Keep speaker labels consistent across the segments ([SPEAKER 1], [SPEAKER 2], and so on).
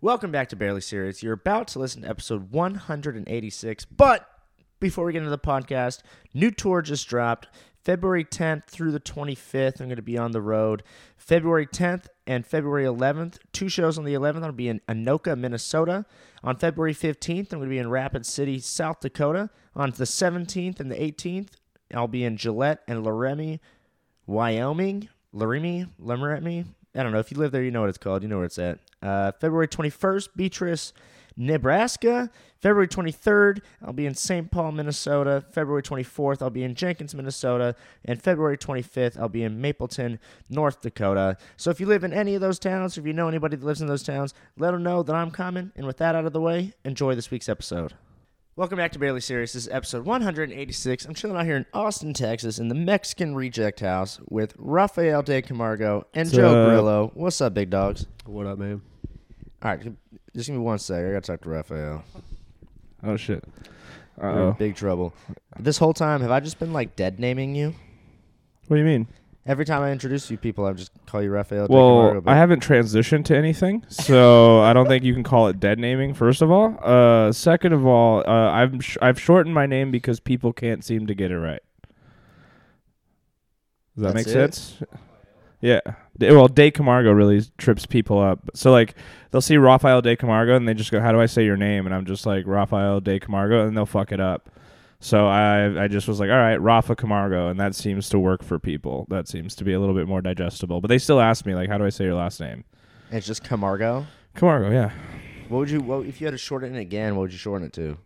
[SPEAKER 1] Welcome back to Barely Serious. You're about to listen to episode 186. But before we get into the podcast, new tour just dropped February 10th through the 25th. I'm going to be on the road February 10th and February 11th. Two shows on the 11th. I'll be in Anoka, Minnesota. On February 15th, I'm going to be in Rapid City, South Dakota. On the 17th and the 18th, I'll be in Gillette and Laramie, Wyoming, Laramie, Laramie. I don't know. If you live there, you know what it's called. You know where it's at. Uh, February 21st, Beatrice, Nebraska. February 23rd, I'll be in St. Paul, Minnesota. February 24th, I'll be in Jenkins, Minnesota. And February 25th, I'll be in Mapleton, North Dakota. So if you live in any of those towns, if you know anybody that lives in those towns, let them know that I'm coming. And with that out of the way, enjoy this week's episode. Welcome back to Barely Serious. This is episode 186. I'm chilling out here in Austin, Texas, in the Mexican Reject House with Rafael De Camargo and
[SPEAKER 2] What's
[SPEAKER 1] Joe
[SPEAKER 2] up?
[SPEAKER 1] Grillo. What's up, big dogs?
[SPEAKER 2] What up, man?
[SPEAKER 1] All right, just give me one sec. I gotta talk to Raphael.
[SPEAKER 2] Oh shit. Uh
[SPEAKER 1] We're in big trouble. This whole time, have I just been like dead naming you?
[SPEAKER 2] What do you mean?
[SPEAKER 1] Every time I introduce you people, I just call you Raphael. Di Camargo,
[SPEAKER 2] Well,
[SPEAKER 1] but
[SPEAKER 2] I haven't transitioned to anything, so I don't think you can call it dead naming. First of all, uh, second of all, uh, I've sh- I've shortened my name because people can't seem to get it right. Does
[SPEAKER 1] That's
[SPEAKER 2] that make
[SPEAKER 1] it?
[SPEAKER 2] sense? Yeah. D- well, De Camargo really trips people up. So like, they'll see Rafael De Camargo and they just go, "How do I say your name?" And I'm just like Rafael De Camargo, and they'll fuck it up. So I I just was like, all right, Rafa Camargo, and that seems to work for people. That seems to be a little bit more digestible. But they still ask me like, how do I say your last name?
[SPEAKER 1] it's just Camargo.
[SPEAKER 2] Camargo, yeah.
[SPEAKER 1] What would you? What, if you had to shorten it again, what would you shorten it to?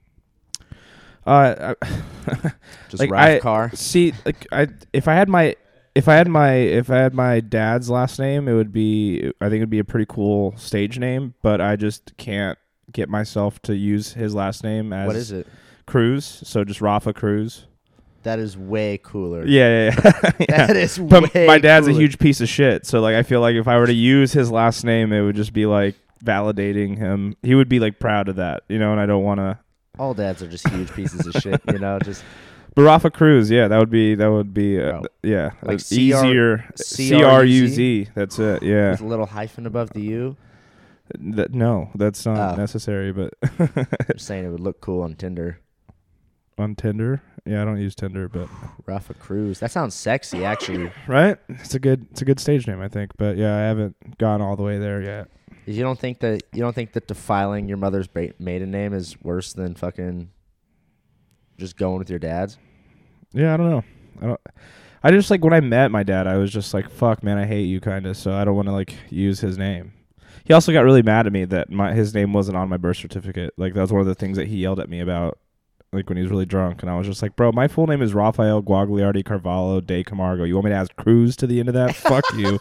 [SPEAKER 2] Uh, I,
[SPEAKER 1] Just
[SPEAKER 2] Like,
[SPEAKER 1] Raf
[SPEAKER 2] I-
[SPEAKER 1] Car.
[SPEAKER 2] see, like I if I had my if I had my if I had my dad's last name, it would be I think it would be a pretty cool stage name. But I just can't get myself to use his last name as
[SPEAKER 1] What is it?
[SPEAKER 2] Cruz. So just Rafa Cruz.
[SPEAKER 1] That is way cooler.
[SPEAKER 2] Yeah, yeah, yeah. yeah.
[SPEAKER 1] That is
[SPEAKER 2] But
[SPEAKER 1] way
[SPEAKER 2] my dad's a
[SPEAKER 1] cooler.
[SPEAKER 2] huge piece of shit, so like I feel like if I were to use his last name, it would just be like validating him. He would be like proud of that, you know. And I don't want to.
[SPEAKER 1] All dads are just huge pieces of shit. You know, just
[SPEAKER 2] But Rafa Cruz, yeah, that would be that would be uh,
[SPEAKER 1] Bro.
[SPEAKER 2] th- yeah,
[SPEAKER 1] Like
[SPEAKER 2] uh,
[SPEAKER 1] CR
[SPEAKER 2] easier.
[SPEAKER 1] CRUZ?
[SPEAKER 2] C R U Z. That's it. Yeah.
[SPEAKER 1] with a little hyphen above the U.
[SPEAKER 2] Th- no, that's not
[SPEAKER 1] Oh.
[SPEAKER 2] necessary. But
[SPEAKER 1] I'm just saying it would look cool on Tinder.
[SPEAKER 2] on Tinder, yeah, I don't use Tinder, but
[SPEAKER 1] Rafa Cruz. That sounds sexy, actually.
[SPEAKER 2] right, it's a good it's a good stage name, I think. But yeah, I haven't gone all the way there yet.
[SPEAKER 1] You don't think that you don't think that defiling your mother's ba- maiden name is worse than fucking just going with your dad's?
[SPEAKER 2] Yeah, I don't know. I don't. I just like when I met my dad, I was just like, "Fuck, man, I hate you," kind of. So I don't want to like use his name. He also got really mad at me that my his name wasn't on my birth certificate. Like that was one of the things that he yelled at me about. Like when he was really drunk, and I was just like, "Bro, my full name is Rafael Guagliardi Carvalho de Camargo. You want me to add Cruz to the end of that? Fuck you."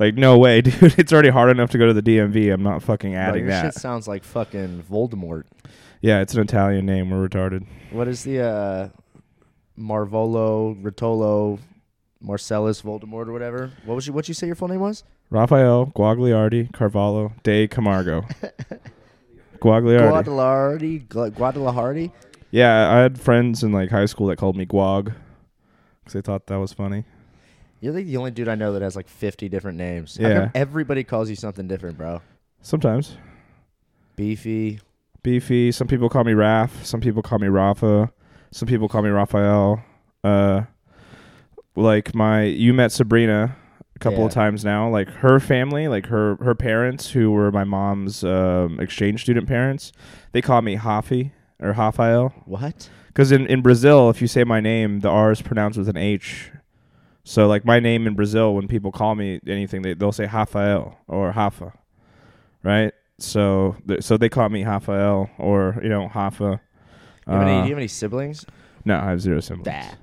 [SPEAKER 2] Like no way, dude. It's already hard enough to go to the DMV. I'm not fucking
[SPEAKER 1] Bro,
[SPEAKER 2] adding
[SPEAKER 1] your
[SPEAKER 2] that.
[SPEAKER 1] shit sounds like fucking Voldemort.
[SPEAKER 2] Yeah, it's an Italian name. We're retarded.
[SPEAKER 1] What is the uh, Marvolo Rotolo Marcellus Voldemort or whatever? What was you? What you say your full name was?
[SPEAKER 2] Rafael Guagliardi Carvalho de Camargo. Guagliardi.
[SPEAKER 1] Guadalardi, Gla- Guadalahardi.
[SPEAKER 2] yeah, I had friends in like high school that called me Guag because they thought that was funny.
[SPEAKER 1] You're like the only dude I know that has like 50 different names. How
[SPEAKER 2] Yeah.
[SPEAKER 1] come everybody calls you something different, bro.
[SPEAKER 2] Sometimes
[SPEAKER 1] Beefy.
[SPEAKER 2] beefy. Some people call me Raf. Some people call me Rafa. Some people call me Raphael. Uh, like my you met Sabrina a couple of
[SPEAKER 1] Yeah.
[SPEAKER 2] times now. Like her family, like her her parents who were my mom's um, exchange student parents, they call me Hafi or Rafael.
[SPEAKER 1] What?
[SPEAKER 2] Because in, in Brazil, if you say my name, the R is pronounced with an H. So, like, my name in Brazil, when people call me anything, they, they'll say Rafael or Rafa, right? So, th- so they call me Rafael or, you know, Rafa.
[SPEAKER 1] You have any,
[SPEAKER 2] Uh,
[SPEAKER 1] do you have any siblings?
[SPEAKER 2] no, I have zero siblings.
[SPEAKER 1] Bah.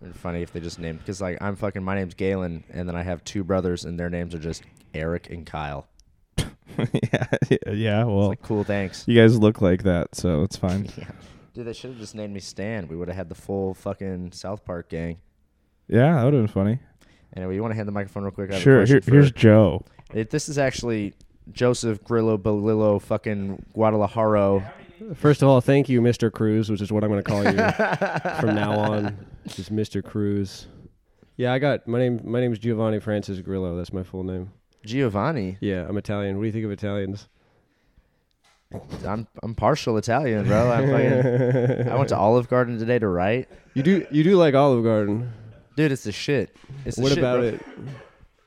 [SPEAKER 1] It'd be funny if they just named because like I'm fucking my name's Galen and then I have two brothers and their names are just Eric and Kyle.
[SPEAKER 2] yeah, yeah, yeah,
[SPEAKER 1] It's
[SPEAKER 2] well,
[SPEAKER 1] like cool, thanks.
[SPEAKER 2] you guys look like that, so it's fine.
[SPEAKER 1] Yeah. Dude, they should have just named me Stan. We would have had the full fucking South Park gang.
[SPEAKER 2] yeah, that would have been funny.
[SPEAKER 1] Anyway, you want to hand the microphone real quick? I have a
[SPEAKER 2] Sure,
[SPEAKER 1] question
[SPEAKER 2] here,
[SPEAKER 1] for-
[SPEAKER 2] here's Joe.
[SPEAKER 1] It- this is actually Joseph Grillo Belillo fucking Guadalajaro.
[SPEAKER 3] First of all, thank you, Mr. Cruz, which is what I'm going to call you from now on. Just Mr. Cruz. Yeah, I got my name. My name is Giovanni Francis Grillo. That's my full name.
[SPEAKER 1] Giovanni.
[SPEAKER 3] Yeah, I'm Italian. What do you think of Italians?
[SPEAKER 1] I'm I'm partial Italian, bro. I'm fucking, I went to Olive Garden today to write.
[SPEAKER 3] You do you do like Olive Garden?
[SPEAKER 1] Dude, it's the shit. It's the
[SPEAKER 3] what
[SPEAKER 1] shit,
[SPEAKER 3] about
[SPEAKER 1] bro.
[SPEAKER 3] it?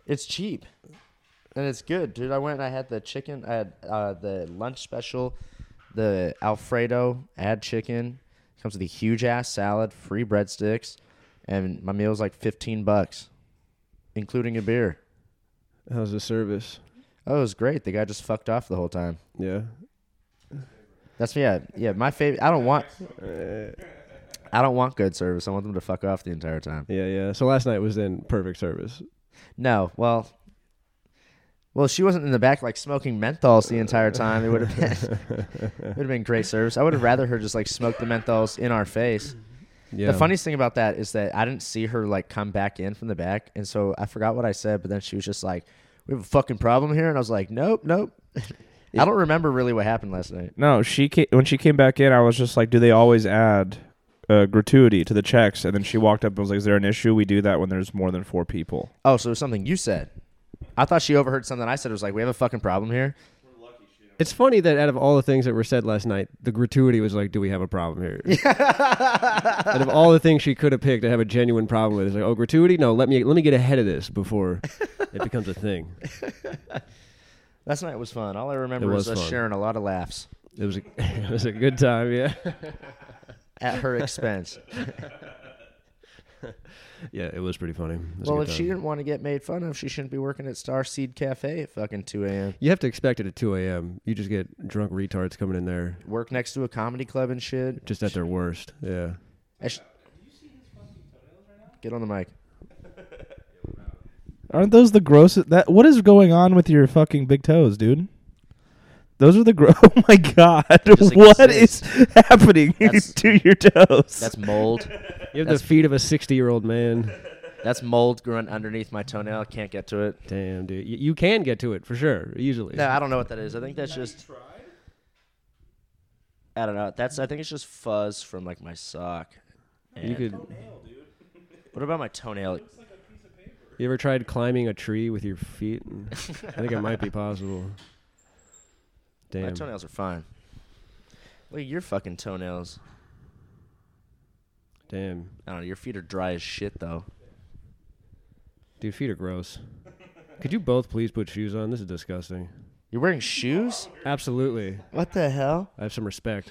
[SPEAKER 1] It's cheap, and it's good, dude. I went and I had the chicken. I had uh, the lunch special, the Alfredo add chicken. comes with a huge ass salad, free breadsticks, and my meal was like fifteen bucks, including a beer.
[SPEAKER 3] How's the service?
[SPEAKER 1] Oh, it was great. The guy just fucked off the whole time.
[SPEAKER 3] Yeah.
[SPEAKER 1] That's yeah, yeah. My favorite. I don't want. I don't want good service. I want them to fuck off the entire time.
[SPEAKER 3] Yeah, yeah. So last night was in perfect service.
[SPEAKER 1] No, well, well, she wasn't in the back like smoking menthols the entire time. It would have been, it would have been great service. I would have rather her just like smoke the menthols in our face.
[SPEAKER 3] Yeah.
[SPEAKER 1] The funniest thing about that is that I didn't see her like come back in from the back, and so I forgot what I said. But then she was just like, "We have a fucking problem here," and I was like, "Nope, nope." I don't remember really what happened last night.
[SPEAKER 2] No, she came, when she came back in, I was just like, do they always add uh, gratuity to the checks? And then she walked up and was like, is there an issue? We do that when there's more than four people.
[SPEAKER 1] Oh, so it was something you said. I thought she overheard something I said. It was like, "We have a fucking problem here."
[SPEAKER 3] It's funny that out of all the things that were said last night, the gratuity was like, "Do we have a problem here?" out of all the things she could have picked to have a genuine problem with, it's like, "Oh, gratuity? No, let me let me get ahead of this before it becomes a thing."
[SPEAKER 1] Last night was fun. All I remember
[SPEAKER 3] It
[SPEAKER 1] was,
[SPEAKER 3] was
[SPEAKER 1] us
[SPEAKER 3] fun.
[SPEAKER 1] sharing a lot of laughs
[SPEAKER 3] It was a, it was a good time, yeah,
[SPEAKER 1] at her expense.
[SPEAKER 3] yeah. It was pretty funny. It was a
[SPEAKER 1] well, if
[SPEAKER 3] good time.
[SPEAKER 1] she didn't want to get made fun of, she shouldn't be working at Star Seed Cafe at fucking 2 a.m.
[SPEAKER 3] you have to expect it at 2 a.m. You just get drunk retards coming in there
[SPEAKER 1] Work next to a comedy club and shit.
[SPEAKER 3] just at their worst. Yeah.
[SPEAKER 1] I sh- Get on the mic.
[SPEAKER 2] Aren't those the grossest? That What is going on with your fucking big toes, dude? Those are the gross. Oh my god!
[SPEAKER 1] like
[SPEAKER 2] what is
[SPEAKER 1] six.
[SPEAKER 2] happening
[SPEAKER 1] That's-
[SPEAKER 2] to your toes?
[SPEAKER 1] That's mold.
[SPEAKER 3] You have
[SPEAKER 1] That's-
[SPEAKER 3] the feet of a 60 year old man.
[SPEAKER 1] That's mold growing underneath my toenail. I can't get to it.
[SPEAKER 3] Damn, dude. You, you can get to it for sure, easily.
[SPEAKER 1] No, I don't know what that is. I think that's just. I don't know. That's. I think it's just fuzz from like my sock.
[SPEAKER 3] you
[SPEAKER 1] And-
[SPEAKER 3] could.
[SPEAKER 1] What about my toenail?
[SPEAKER 3] You ever tried climbing a tree with your feet? I think it might be possible.
[SPEAKER 1] My
[SPEAKER 3] Damn.
[SPEAKER 1] toenails are fine. Look at your fucking toenails.
[SPEAKER 3] Damn.
[SPEAKER 1] I don't know. Your feet are dry as shit though.
[SPEAKER 3] Dude, feet are gross. Could you both please put shoes on? This is disgusting.
[SPEAKER 1] You're wearing shoes?
[SPEAKER 3] Absolutely.
[SPEAKER 1] What the hell?
[SPEAKER 3] I have some respect.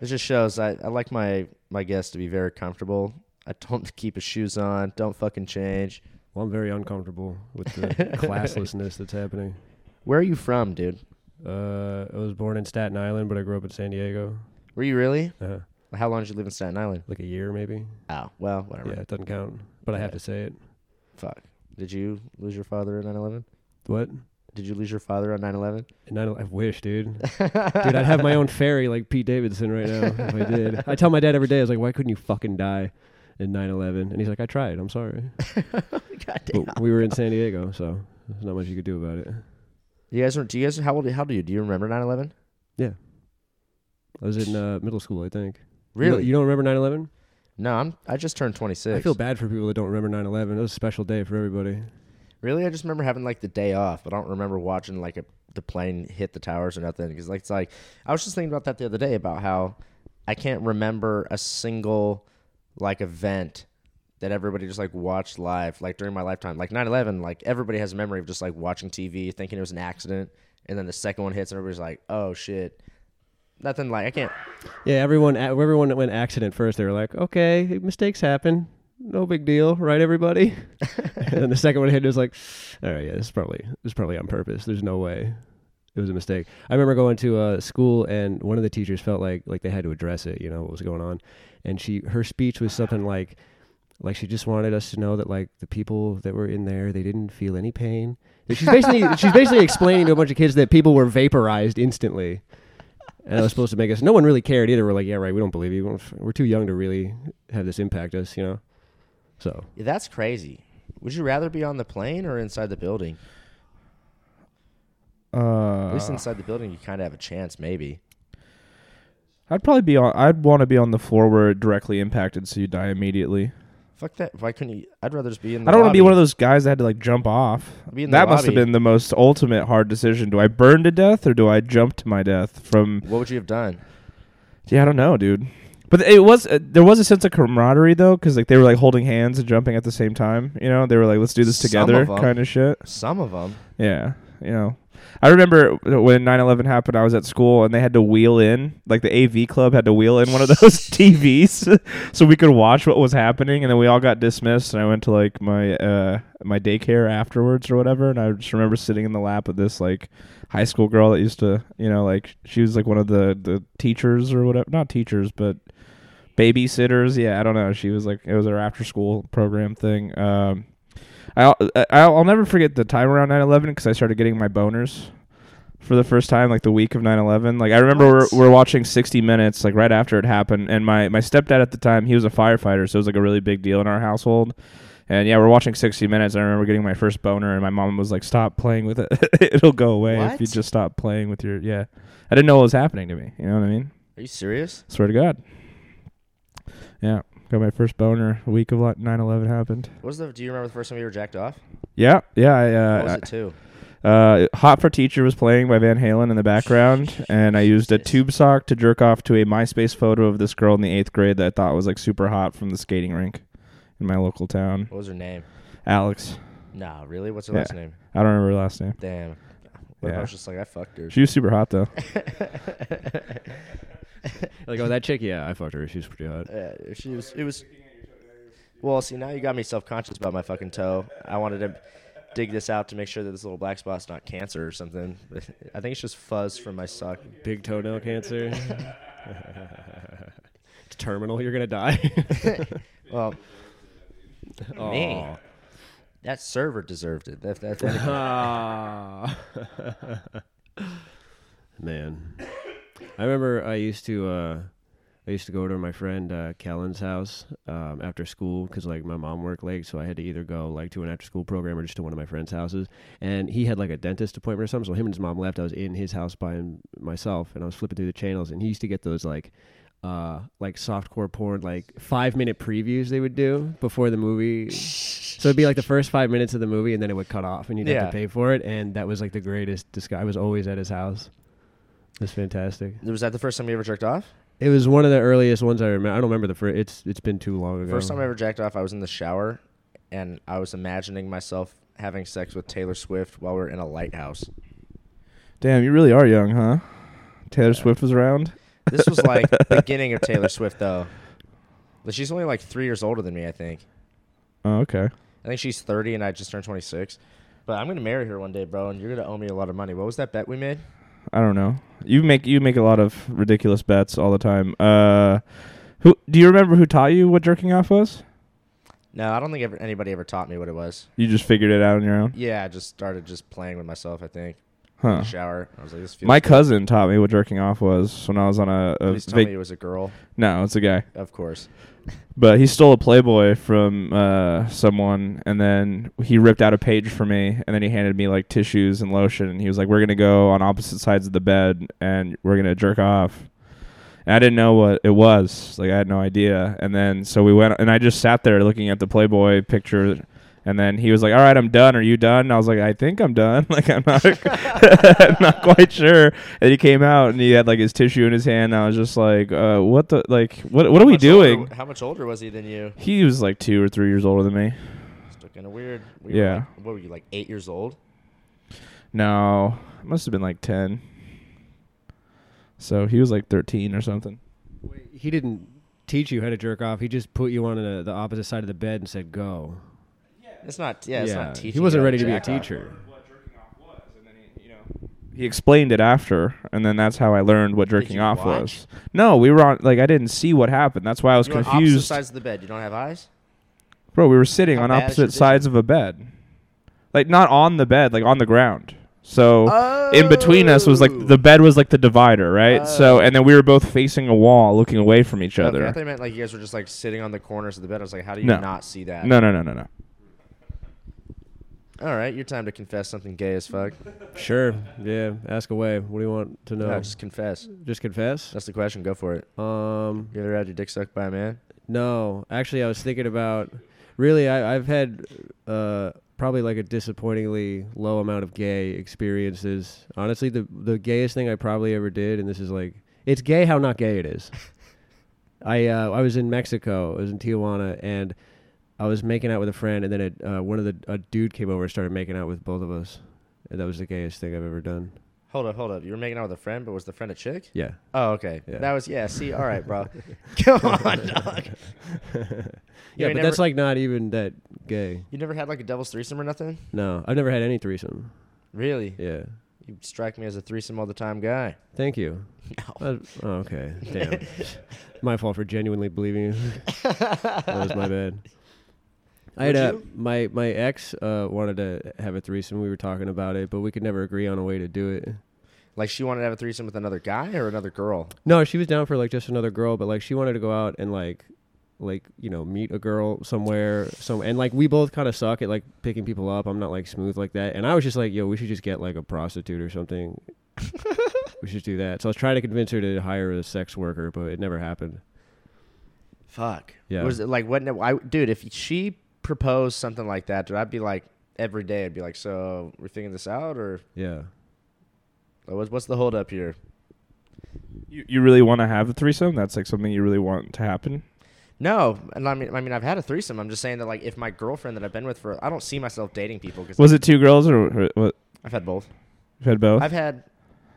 [SPEAKER 1] It just shows I, I like my my guests to be very comfortable. I don't keep his shoes on. Don't fucking change.
[SPEAKER 3] Well, I'm very uncomfortable with the classlessness that's happening.
[SPEAKER 1] Where are you from, dude?
[SPEAKER 3] Uh, I was born in Staten Island, but I grew up in San Diego.
[SPEAKER 1] Were you really?
[SPEAKER 3] Uh,
[SPEAKER 1] How long did you live in Staten Island?
[SPEAKER 3] like a year, maybe.
[SPEAKER 1] Oh, well, whatever.
[SPEAKER 3] Yeah, it doesn't count, but I have to say it.
[SPEAKER 1] Fuck. Did you lose your father in 9/11?
[SPEAKER 3] What?
[SPEAKER 1] Did you lose your father on 9/11?
[SPEAKER 3] And I, don't- I wish, dude. dude, I'd have my own ferry like Pete Davidson right now if I did. I tell my dad every day, I was like, why couldn't you fucking die in 9 11? And he's like, I tried. I'm sorry.
[SPEAKER 1] God damn.
[SPEAKER 3] But we were in San Diego, so there's not much you could do about it.
[SPEAKER 1] You guys were? Do you guys? How old? How do you? Do you remember 9/11?
[SPEAKER 3] I was in uh, middle school, I think. You don't-
[SPEAKER 1] Really?
[SPEAKER 3] You don't remember 9 11?
[SPEAKER 1] no, I'm. I just turned 26.
[SPEAKER 3] I feel bad for people that don't remember 9 11. It was a special day for everybody.
[SPEAKER 1] Really, I just remember having like the day off, but I don't remember watching like a, the plane hit the towers or nothing. Because like it's like I was just thinking about that the other day about how I can't remember a single like event that everybody just like watched live like during my lifetime. Like 9/11, like everybody has a memory of just like watching TV, thinking it was an accident, and then the second one hits, and everybody's like, "Oh shit." Nothing like I can't.
[SPEAKER 3] Yeah, everyone, everyone that went accident first, they were like, okay, mistakes happen. No big deal, right, everybody? and then the second one hit, it was like, all right, yeah, this is probably this is probably on purpose. There's no way it was a mistake. I remember going to uh, school, and one of the teachers felt like like they had to address it, you know, what was going on, and she her speech was something like, like she just wanted us to know that like the people that were in there, they didn't feel any pain. And She's basically she's basically explaining to a bunch of kids that people were vaporized instantly. And I was supposed to make us. No one really cared either. We're like, yeah, right. We don't believe you. We're- We're too young to really have this impact us, you know. So
[SPEAKER 1] That's crazy. Would you rather be on the plane or inside the building? At
[SPEAKER 2] Uh,
[SPEAKER 1] least inside the building, you kind of have a chance, maybe.
[SPEAKER 2] I'd probably be on. I'd want to be on the floor where it directly impacted, so you die immediately.
[SPEAKER 1] Fuck that. Why couldn't you? I'd rather just be in. The
[SPEAKER 2] I don't want to be one
[SPEAKER 1] lobby.
[SPEAKER 2] of those guys that had to like jump off.
[SPEAKER 1] Be in the
[SPEAKER 2] That must have
[SPEAKER 1] lobby.
[SPEAKER 2] been the most ultimate hard decision. Do I burn to death or do I jump to my death from
[SPEAKER 1] What would you have done?
[SPEAKER 2] Yeah, I don't know, dude. But it was uh, there was a sense of camaraderie though, because like they were like holding hands and jumping at the same time. You know, they were like, "Let's do this
[SPEAKER 1] Some
[SPEAKER 2] together,"
[SPEAKER 1] of 'em.
[SPEAKER 2] kind of shit.
[SPEAKER 1] Some of them.
[SPEAKER 2] Yeah, you know. I remember when 9/11 happened. I was at school and they had to wheel in, like the AV club had to wheel in one of those TVs so we could watch what was happening. And then we all got dismissed, and I went to like my uh, my daycare afterwards or whatever. And I just remember sitting in the lap of this like high school girl that used to, you know, like she was like one of the the teachers or whatever, not teachers, but babysitters. Yeah, I don't know. She was like it was her after school program thing. Um, I'll, I- I'll I'll never forget the time around 9/11 because I started getting my boners for the first time like the week of 9/11. Like I remember we're,
[SPEAKER 1] What?
[SPEAKER 2] we're watching 60 Minutes like right after it happened, and my my stepdad at the time he was a firefighter, so it was like a really big deal in our household. And yeah, we're watching 60 Minutes. and I remember getting my first boner, and my mom was like, "Stop playing with it. It'll go away if you
[SPEAKER 1] What?
[SPEAKER 2] just stop playing with your yeah." I didn't know what was happening to me. You know what I mean?
[SPEAKER 1] Are you serious?
[SPEAKER 2] Swear to God. Yeah, got my first boner a week of 9/11 happened.
[SPEAKER 1] What was the? Do you remember the first time you were jacked off?
[SPEAKER 2] Yeah, yeah. I,
[SPEAKER 1] What was
[SPEAKER 2] uh,
[SPEAKER 1] it too?
[SPEAKER 2] uh, Hot for Teacher was playing by Van Halen in the background, and I used a
[SPEAKER 1] Jesus.
[SPEAKER 2] tube sock to jerk off to a MySpace photo of this girl in the eighth grade that I thought was like super hot from the skating rink in my local town.
[SPEAKER 1] What was her name?
[SPEAKER 2] Alex,
[SPEAKER 1] Nah, really? What's her
[SPEAKER 2] Yeah.
[SPEAKER 1] last name?
[SPEAKER 2] I don't remember her last name.
[SPEAKER 1] Damn. What if
[SPEAKER 2] Yeah.
[SPEAKER 1] I was just like, I fucked her.
[SPEAKER 2] She was super hot though.
[SPEAKER 3] Like, oh, that chick, yeah, I fucked her. She was pretty hot.
[SPEAKER 1] Yeah, if she was. It was. Well, see, now you got me self-conscious about my fucking toe. I wanted to dig this out to make sure that this little black spot's not cancer or something. I think it's just fuzz from my sock.
[SPEAKER 3] Big toenail cancer. It's terminal. You're gonna die.
[SPEAKER 1] Well, me.
[SPEAKER 3] Aw.
[SPEAKER 1] That server deserved it. That, that, that-
[SPEAKER 3] Ah. Man, I remember I used to uh, I used to go to my friend uh, Kellen's house um, after school because like my mom worked late, so I had to either go like to an after school program or just to one of my friends' houses. And he had like a dentist appointment or something, so him and his mom left. I was in his house by him, myself, and I was flipping through the channels, and he used to get those like. Uh, like softcore porn, like five minute previews they would do before the movie so it'd be like the first five minutes of the movie, and then it would cut off, and you'd have
[SPEAKER 1] Yeah.
[SPEAKER 3] to pay for it. And that was like the greatest. Disgu- I was always at his house. It was fantastic.
[SPEAKER 1] was that the first time you ever jerked off?
[SPEAKER 3] It was one of the earliest ones I remember. I don't remember the first. It's it's been too long ago.
[SPEAKER 1] First time I ever jacked off, I was in the shower, and I was imagining myself having sex with Taylor Swift while we were in a lighthouse.
[SPEAKER 2] Damn, you really are young, huh? Taylor Swift was around.
[SPEAKER 1] This was like beginning of Taylor Swift, though. But she's only like three years older than me, I think.
[SPEAKER 2] Oh, okay.
[SPEAKER 1] I think she's 30 and I just turned 26. But I'm going to marry her one day, bro, and you're going to owe me a lot of money. What was that bet we made?
[SPEAKER 2] I don't know. You make you make a lot of ridiculous bets all the time. Uh, who do you remember who taught you what jerking off was?
[SPEAKER 1] No, I don't think ever, anybody ever taught me what it was.
[SPEAKER 2] You just figured it out on your own,
[SPEAKER 1] Yeah, I just started just playing with myself, I think. In
[SPEAKER 2] huh?
[SPEAKER 1] the shower. I was like, this feels
[SPEAKER 2] My cousin taught me what jerking off was when I was on a, a
[SPEAKER 1] Please tell
[SPEAKER 2] vac-
[SPEAKER 1] me it was a girl.
[SPEAKER 2] no, it's a guy,
[SPEAKER 1] Of course.
[SPEAKER 2] but he stole a Playboy from uh, someone, and then he ripped out a page for me, and then he handed me like tissues and lotion, and he was like, "We're gonna go on opposite sides of the bed, and we're gonna jerk off." And I didn't know what it was, like I had no idea, and then so we went, and I just sat there looking at the Playboy picture. And then he was like, "All right, I'm done. Are you done?" And I was like, "I think I'm done. Like I'm not, I'm not quite sure." And he came out and he had like his tissue in his hand. And I was just like, uh, "What the like? What what are
[SPEAKER 1] How
[SPEAKER 2] we
[SPEAKER 1] much older-
[SPEAKER 2] doing?"
[SPEAKER 1] how much older was he than you?
[SPEAKER 2] He was like two or three years older than me.
[SPEAKER 1] Still kind of weird. We were
[SPEAKER 2] Yeah.
[SPEAKER 1] like- what were you, like eight years old?
[SPEAKER 2] No, must have been like ten. So he was like thirteen or something.
[SPEAKER 3] Wait, he didn't teach you how to jerk off. He just put you on the the opposite side of the bed and said go.
[SPEAKER 1] It's not, yeah, it's not teaching.
[SPEAKER 3] he wasn't
[SPEAKER 1] you
[SPEAKER 3] ready to be a
[SPEAKER 1] jack uh, off.
[SPEAKER 3] teacher.
[SPEAKER 2] He explained it after, and then that's how I learned what jerking
[SPEAKER 1] you
[SPEAKER 2] off
[SPEAKER 1] watch?
[SPEAKER 2] was. No, we were on like I didn't see what happened. That's why I was
[SPEAKER 1] You're on opposite
[SPEAKER 2] confused.
[SPEAKER 1] sides of the bed. You don't have eyes?
[SPEAKER 2] Bro, we were sitting
[SPEAKER 1] How
[SPEAKER 2] on
[SPEAKER 1] bad is your
[SPEAKER 2] opposite sides of a bed. Like not on the bed, like on the ground. So in between us was like
[SPEAKER 1] Oh.
[SPEAKER 2] the bed was like the divider, right? So and then we were both facing a wall looking away from each
[SPEAKER 1] Okay, I
[SPEAKER 2] other.
[SPEAKER 1] thought you meant like you guys were just like sitting on the corners of the bed. I was like, how do you
[SPEAKER 2] No.
[SPEAKER 1] not see that?
[SPEAKER 2] No, no, no, no, no.
[SPEAKER 1] All right, your time to confess something gay as fuck.
[SPEAKER 3] Sure. Yeah. Ask away. What do you want to know?
[SPEAKER 1] No,
[SPEAKER 3] just,
[SPEAKER 1] just confess.
[SPEAKER 3] confess.
[SPEAKER 1] That's the question. Go for it.
[SPEAKER 3] Um.
[SPEAKER 1] You ever had your dick sucked by a man?
[SPEAKER 3] No, actually, I was thinking about really, I, I've had uh, probably like a disappointingly low amount of gay experiences. Honestly, the the gayest thing I probably ever did, and this is like, it's gay how not gay it is. I uh, I was in Mexico. I was in Tijuana, and I was making out with a friend, and then a, uh, one of the a dude came over and started making out with both of us, and that was the gayest thing I've ever done.
[SPEAKER 1] Hold up, hold up. You were making out with a friend, but was the friend a chick?
[SPEAKER 3] Yeah.
[SPEAKER 1] Oh, okay.
[SPEAKER 3] Yeah.
[SPEAKER 1] That was yeah. See, all right, bro. Come on, dog.
[SPEAKER 3] Yeah,
[SPEAKER 1] ain't
[SPEAKER 3] but that's like not even that gay.
[SPEAKER 1] You never had like a devil's threesome or nothing?
[SPEAKER 3] No, I've never had any threesome.
[SPEAKER 1] Really?
[SPEAKER 3] Yeah.
[SPEAKER 1] You strike me as a threesome all the time guy.
[SPEAKER 3] Thank you.
[SPEAKER 1] No.
[SPEAKER 3] Uh, oh, okay. Damn. My fault for genuinely believing you. that was my bad. I had
[SPEAKER 1] Would
[SPEAKER 3] a,
[SPEAKER 1] you?
[SPEAKER 3] my my ex uh, wanted to have a threesome. We were talking about it, but we could never agree on a way to do it.
[SPEAKER 1] Like she wanted to have a threesome with another guy or another girl.
[SPEAKER 3] No, she was down for like just another girl, but like she wanted to go out and like like you know meet a girl somewhere some and like we both kind of suck at like picking people up i'm not like smooth like that and i was just like yo we should just get like a prostitute or something we should do that so i was trying to convince her to hire a sex worker but it never happened
[SPEAKER 1] Fuck.
[SPEAKER 3] Yeah.
[SPEAKER 1] Was it like what? no, I dude, if she proposed something like that, dude, I'd be like every day. I'd be like, so we're thinking this out, or
[SPEAKER 3] yeah
[SPEAKER 1] like, what's what's the hold up here?
[SPEAKER 2] You, you really want to have a threesome? That's like something you really want to happen.
[SPEAKER 1] No, and I mean, I mean, I've had a threesome. I'm just saying that, like, if my girlfriend that I've been with for, I don't see myself dating people because
[SPEAKER 2] Was it two girls or, or what?
[SPEAKER 1] I've had both.
[SPEAKER 2] You had both.
[SPEAKER 1] I've had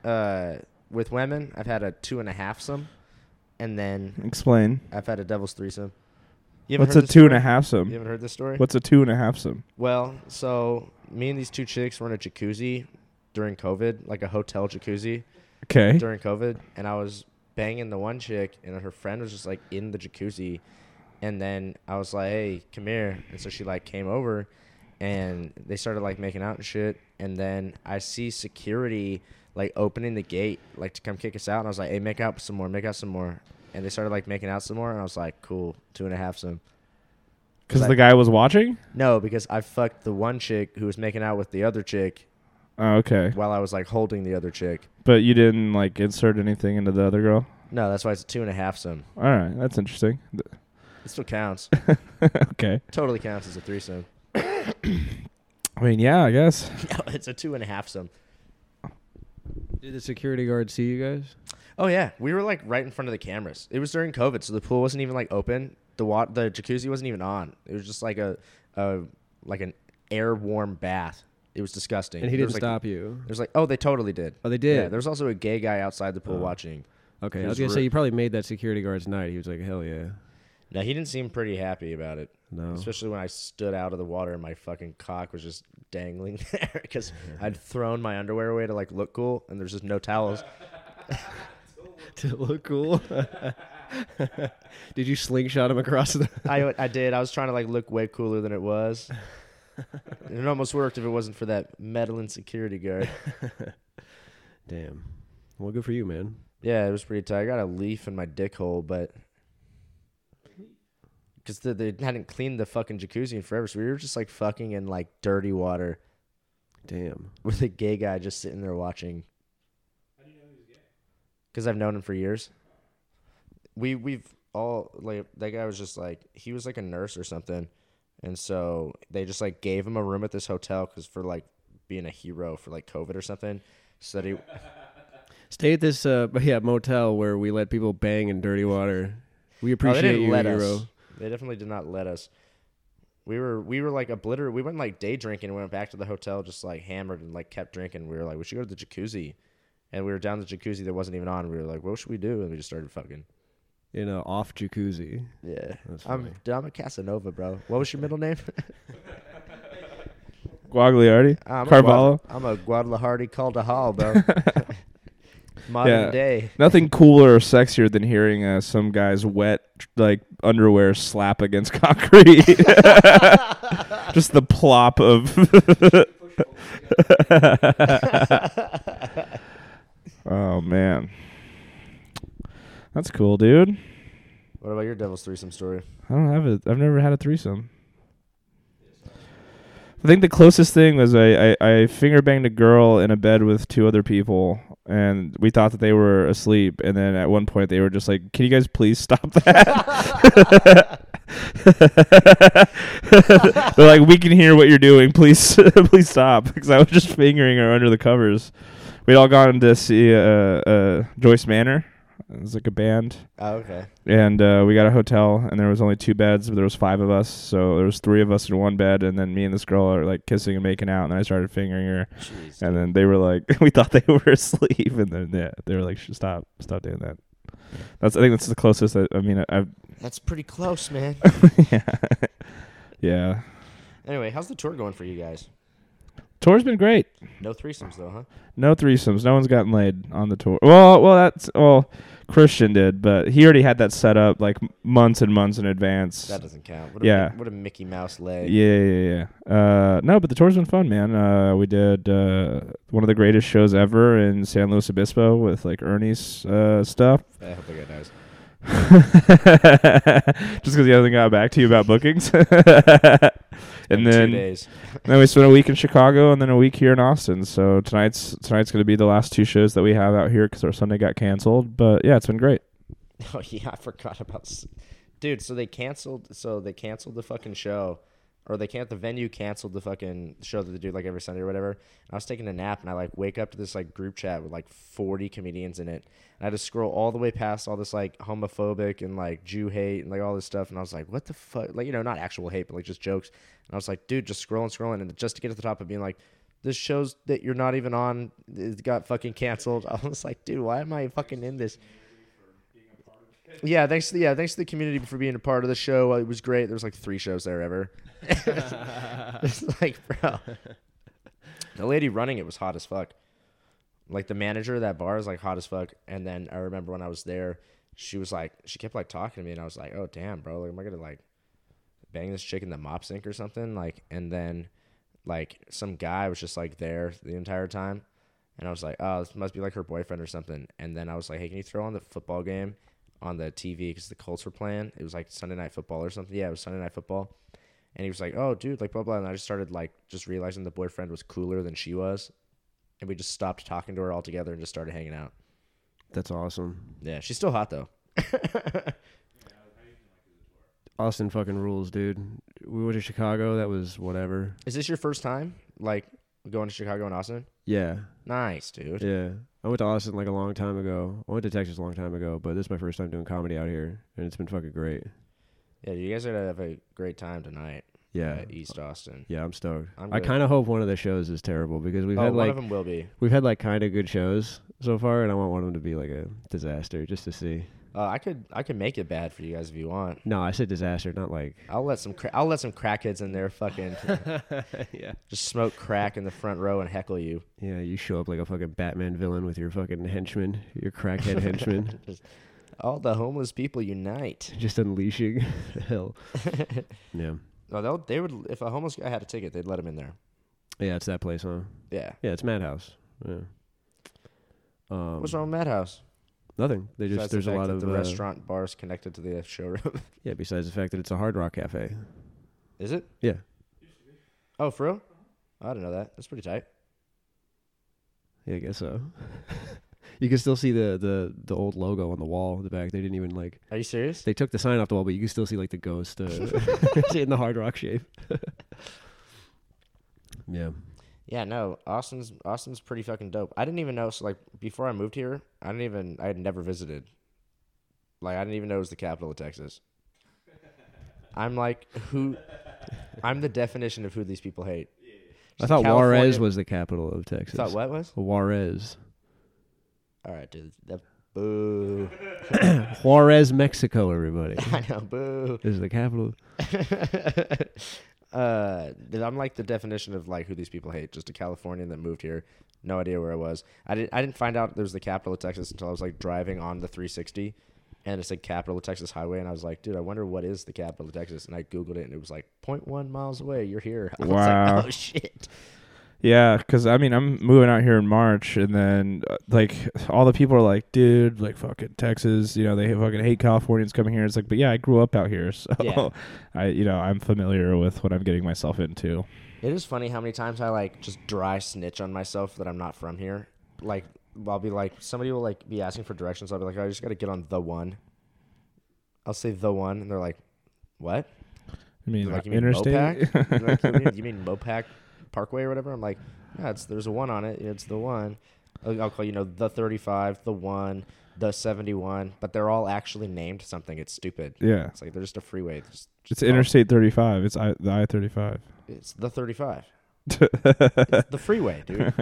[SPEAKER 1] uh, with women, I've had a two and a half some, and then
[SPEAKER 2] Explain.
[SPEAKER 1] I've had a devil's threesome. You haven't
[SPEAKER 2] What's a
[SPEAKER 1] heard this
[SPEAKER 2] two and
[SPEAKER 1] story?
[SPEAKER 2] a half
[SPEAKER 1] You
[SPEAKER 2] some?
[SPEAKER 1] haven't heard this story?
[SPEAKER 2] What's a two and a half some?
[SPEAKER 1] Well, so me and these two chicks were in a jacuzzi during COVID, like a hotel jacuzzi
[SPEAKER 2] Okay.
[SPEAKER 1] during COVID, and I was banging the one chick, and her friend was just like in the jacuzzi, and then I was like, "Hey, come here," and so she like came over, and they started like making out and shit, and then I see security like opening the gate like to come kick us out, and I was like, "Hey, make out some more, make out some more," and they started like making out some more, and I was like, "Cool, two and a half some."
[SPEAKER 2] Because the guy was watching.
[SPEAKER 1] No, because I fucked the one chick who was making out with the other chick
[SPEAKER 2] Oh, okay.
[SPEAKER 1] while I was like holding the other chick.
[SPEAKER 2] But you didn't like insert anything into the other girl.
[SPEAKER 1] No, that's why it's a two and a half some.
[SPEAKER 2] All right, that's interesting. Th-
[SPEAKER 1] It still counts.
[SPEAKER 2] Okay.
[SPEAKER 1] totally counts as a threesome.
[SPEAKER 2] I mean, yeah, I guess.
[SPEAKER 1] No, it's a two and a half some.
[SPEAKER 3] did the security guard see you guys
[SPEAKER 1] Oh yeah, we were like right in front of the cameras. It was during COVID, so the pool wasn't even like open. The wa- the jacuzzi wasn't even on. It was just like a, a like an air warm bath. It was disgusting.
[SPEAKER 3] and he
[SPEAKER 1] There
[SPEAKER 3] didn't
[SPEAKER 1] was, like-
[SPEAKER 3] stop you
[SPEAKER 1] There was like, oh, they totally did.
[SPEAKER 3] oh they
[SPEAKER 1] Yeah,
[SPEAKER 3] did
[SPEAKER 1] there was also a gay guy outside the pool
[SPEAKER 3] Oh.
[SPEAKER 1] watching.
[SPEAKER 3] okay
[SPEAKER 1] it
[SPEAKER 3] i
[SPEAKER 1] was
[SPEAKER 3] was gonna say
[SPEAKER 1] rude.
[SPEAKER 3] you probably made that security guard's night he was like hell yeah
[SPEAKER 1] Now he didn't seem pretty happy about it.
[SPEAKER 3] no
[SPEAKER 1] Especially when I stood out of the water and my fucking cock was just dangling there because I'd thrown my underwear away to like look cool and there's just no towels.
[SPEAKER 3] to look cool did you slingshot him across the
[SPEAKER 1] I, I did. I was trying to like look way cooler than it was. it almost worked if it wasn't for that meddling security guard.
[SPEAKER 3] Damn. Well, good for you, man.
[SPEAKER 1] Yeah, it was pretty tight. I got a leaf in my dick hole, but because they, they hadn't cleaned the fucking jacuzzi in forever, so we were just like fucking in like dirty water
[SPEAKER 3] Damn.
[SPEAKER 1] with a gay guy just sitting there watching. Because I've known him for years. We we've all like that guy was just like he was like a nurse or something, and so they just like gave him a room at this hotel because for like being a hero for like COVID or something. So that he
[SPEAKER 3] Stay at this uh yeah, motel where we let people bang in dirty water. We
[SPEAKER 1] Oh, they
[SPEAKER 3] appreciate
[SPEAKER 1] didn't
[SPEAKER 3] you,
[SPEAKER 1] let
[SPEAKER 3] hero.
[SPEAKER 1] us. They definitely did not let us. We were we were like obliterated. We went like day drinking and went back to the hotel just like hammered and like kept drinking. We were like, we should go to the jacuzzi, and we were down the jacuzzi that wasn't even on. We were like, what should we do? And we just started fucking.
[SPEAKER 3] In a off jacuzzi.
[SPEAKER 1] Yeah,
[SPEAKER 3] That's
[SPEAKER 1] I'm
[SPEAKER 3] funny.
[SPEAKER 1] dude, I'm a Casanova, bro. What was your middle name?
[SPEAKER 2] Guagliardi,
[SPEAKER 1] Uh, I'm
[SPEAKER 2] Carvalho.
[SPEAKER 1] A Guad- I'm a Guadalajara Caldahal, bro. Modern
[SPEAKER 2] Yeah.
[SPEAKER 1] day.
[SPEAKER 2] Nothing cooler or sexier than hearing uh, some guy's wet like underwear slap against concrete. Just the plop of. oh man, that's cool, dude.
[SPEAKER 1] What about your Devil's threesome story?
[SPEAKER 2] I don't have it. I've never had a threesome. I think the closest thing was I, I, I finger banged a girl in a bed with two other people, and we thought that they were asleep. And then at one point, they were just like, Can you guys please stop that? They're like, we can hear what you're doing. Please, please stop. Because I was just fingering her under the covers. We'd all gone to see uh, uh, Joyce Manor. It was like a band,
[SPEAKER 1] Oh, okay.
[SPEAKER 2] and uh, we got a hotel, and there was only two beds, but there was five of us, so there was three of us in one bed, and then me and this girl are like kissing and making out, and then I started fingering her,
[SPEAKER 1] Jeez.
[SPEAKER 2] and then they were like, we thought they were asleep, and then yeah, they were like, "Sh- stop, stop doing that. That's I think that's the closest. I, I mean, I, I've
[SPEAKER 1] That's pretty close, man.
[SPEAKER 2] yeah, yeah.
[SPEAKER 1] anyway, how's the tour going for you guys?
[SPEAKER 2] Tour's been great.
[SPEAKER 1] No threesomes though, huh?
[SPEAKER 2] No threesomes. No one's gotten laid on the tour. Well, well, that's well, Christian did, but he already had that set up like m- months and months in advance.
[SPEAKER 1] That doesn't count. What a,
[SPEAKER 2] Yeah.
[SPEAKER 1] Mi- What a Mickey Mouse leg.
[SPEAKER 2] yeah, yeah, yeah. Uh, no, but the tour's been fun, man. Uh, we did uh, one of the greatest shows ever in San Luis Obispo with like Ernie's uh, stuff.
[SPEAKER 1] I hope I got nice.
[SPEAKER 2] Just because he hasn't got back to you about bookings, and
[SPEAKER 1] Like, two
[SPEAKER 2] then
[SPEAKER 1] days.
[SPEAKER 2] then we spent a week in Chicago and then a week here in Austin. So tonight's tonight's going to be the last two shows that we have out here because our Sunday got canceled. But yeah, it's been great.
[SPEAKER 1] Oh yeah, I forgot about. s- Dude, so they canceled. So they canceled the fucking show, or they can't. The venue canceled the fucking show that they do like every Sunday or whatever. And I was taking a nap, and I like wake up to this like group chat with like forty comedians in it, and I just scroll all the way past all this like homophobic and like Jew hate and like all this stuff, and I was like, what the fuck? Like you know, not actual hate, but like just jokes. And I was like, dude, just scrolling, scrolling, and just to get to the top of being like. This shows that you're not even on. It got fucking canceled. I was like, dude, why am I fucking in this? Yeah, thanks. To the, yeah, thanks to the community for being a part of the show. It was great. There was like three shows there ever. it's like, bro, the lady running it was hot as fuck. Like the manager of that bar is like hot as fuck. And then I remember when I was there, she was like, she kept like talking to me, and I was like, oh damn, bro, like am I gonna like bang this chick in the mop sink or something? Like, and then like some guy was just like there the entire time. And I was like, oh, this must be like her boyfriend or something. And then I was like, hey, can you throw on the football game on the TV because the Colts were playing? It was like Sunday Night Football or something. Yeah, it was Sunday Night Football. And he was like, oh, dude, like blah, blah. And I just started like just realizing the boyfriend was cooler than she was. And we just stopped talking to her altogether and just started hanging out.
[SPEAKER 3] That's awesome.
[SPEAKER 1] Yeah, she's still hot though.
[SPEAKER 3] Austin fucking rules, dude. We went to Chicago. That was whatever.
[SPEAKER 1] Is this your first time like going to Chicago and Austin?
[SPEAKER 3] Yeah.
[SPEAKER 1] Nice, dude.
[SPEAKER 3] Yeah. I went to Austin like a long time ago. I went to Texas a long time ago, but this is my first time doing comedy out here, and it's been fucking great.
[SPEAKER 1] Yeah, you guys are gonna have a great time tonight
[SPEAKER 3] Yeah.
[SPEAKER 1] at East Austin.
[SPEAKER 3] Yeah, I'm stoked.
[SPEAKER 1] I'm
[SPEAKER 3] I
[SPEAKER 1] good.
[SPEAKER 3] kind of hope one of the shows is terrible because we've
[SPEAKER 1] Oh,
[SPEAKER 3] had
[SPEAKER 1] one
[SPEAKER 3] like
[SPEAKER 1] of them will be.
[SPEAKER 3] we've had like kind of good shows so far, and I want one of them to be like a disaster just to see.
[SPEAKER 1] Uh, I could I could make it bad for you guys if you want.
[SPEAKER 3] No, I said disaster, not like
[SPEAKER 1] I'll let some cra- I'll let some crackheads in there fucking
[SPEAKER 3] yeah.
[SPEAKER 1] just smoke crack in the front row and heckle you.
[SPEAKER 3] Yeah, you show up like a fucking Batman villain with your fucking henchman, your crackhead henchman,
[SPEAKER 1] All the homeless people unite.
[SPEAKER 3] just unleashing hell. Yeah.
[SPEAKER 1] No, Oh, they'll they would if a homeless guy had a ticket, they'd let him in there.
[SPEAKER 3] Yeah, it's that place, huh?
[SPEAKER 1] Yeah.
[SPEAKER 3] Yeah, it's Madhouse. Yeah. Um,
[SPEAKER 1] What's wrong with Madhouse?
[SPEAKER 3] Nothing. They just
[SPEAKER 1] Besides the
[SPEAKER 3] there's a
[SPEAKER 1] fact
[SPEAKER 3] lot
[SPEAKER 1] that
[SPEAKER 3] of
[SPEAKER 1] the
[SPEAKER 3] uh,
[SPEAKER 1] restaurant bars connected to the showroom.
[SPEAKER 3] Yeah, besides the fact that it's a Hard Rock Cafe.
[SPEAKER 1] Is it?
[SPEAKER 3] Yeah.
[SPEAKER 1] Oh, for real? I didn't know that. That's pretty tight.
[SPEAKER 3] Yeah, I guess so. you can still see the, the the old logo on the wall in the back. They didn't even like
[SPEAKER 1] Are you serious?
[SPEAKER 3] they took the sign off the wall, but you can still see like the ghost uh, in the Hard Rock shape. yeah.
[SPEAKER 1] Yeah, no. Austin's Austin's pretty fucking dope. I didn't even know. So like before I moved here, I didn't even I had never visited. Like I didn't even know it was the capital of Texas. I'm like who? I'm the definition of who these people hate.
[SPEAKER 3] I thought
[SPEAKER 1] California-
[SPEAKER 3] Juarez was the capital of Texas.
[SPEAKER 1] Thought what was?
[SPEAKER 3] Juarez.
[SPEAKER 1] All right, dude. That, boo.
[SPEAKER 3] Juarez, Mexico, everybody.
[SPEAKER 1] I know. Boo.
[SPEAKER 3] is the capital.
[SPEAKER 1] uh, dude, I'm like the definition of like who these people hate. Just a Californian that moved here, no idea where I was. I didn't. I didn't find out there was the capital of Texas until I was like driving on the 360, and it said capital of Texas highway, and I was like, dude, I wonder what is the capital of Texas, and I googled it, and it was like 0.1 miles away. You're here. I was like,
[SPEAKER 2] Wow.
[SPEAKER 1] oh shit.
[SPEAKER 2] Yeah, because I mean, I'm moving out here in March, and then uh, like all the people are like, dude, like fucking Texas, you know, they fucking hate Californians coming here. It's like, but yeah, I grew up out here, so
[SPEAKER 1] Yeah.
[SPEAKER 2] I, you know, I'm familiar with what I'm getting myself into.
[SPEAKER 1] It is funny how many times I like just dry snitch on myself that I'm not from here. Like I'll be like somebody will like be asking for directions. I'll be like, oh, I just got to get on the one. I'll say the one, and they're like, what?
[SPEAKER 2] I mean,
[SPEAKER 1] Like, you mean
[SPEAKER 2] interstate.
[SPEAKER 1] Mopac? You're like, you mean, you mean Mopac Parkway or whatever? I'm like, yeah, it's there's a one on it. It's the one. I'll, I'll call you know the 35, the one, the 71, but they're all actually named something. It's stupid.
[SPEAKER 2] yeah,
[SPEAKER 1] It's like they're just a freeway. Just,
[SPEAKER 2] it's
[SPEAKER 1] just call it-
[SPEAKER 2] Interstate 35. It's I, the I 35.
[SPEAKER 1] It's the 35. it's the freeway, dude.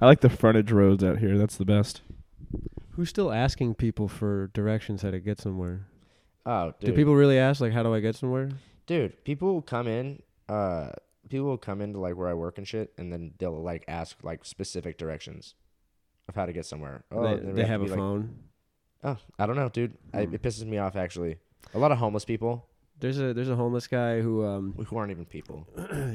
[SPEAKER 2] I like the frontage roads out here. That's the best.
[SPEAKER 3] Who's still asking people for directions how to get somewhere?
[SPEAKER 1] Oh, dude.
[SPEAKER 3] Do people really ask like, how do I get somewhere?
[SPEAKER 1] dude people will come in uh people will come into like where i work and shit and then they'll like ask like specific directions of how to get somewhere
[SPEAKER 3] they
[SPEAKER 1] then we Oh,
[SPEAKER 3] they
[SPEAKER 1] to
[SPEAKER 3] have a
[SPEAKER 1] be, like-
[SPEAKER 3] phone.
[SPEAKER 1] oh i don't know dude I,
[SPEAKER 3] Hmm.
[SPEAKER 1] it pisses me off actually a lot of homeless people
[SPEAKER 3] There's a there's a homeless guy who um
[SPEAKER 1] who aren't even people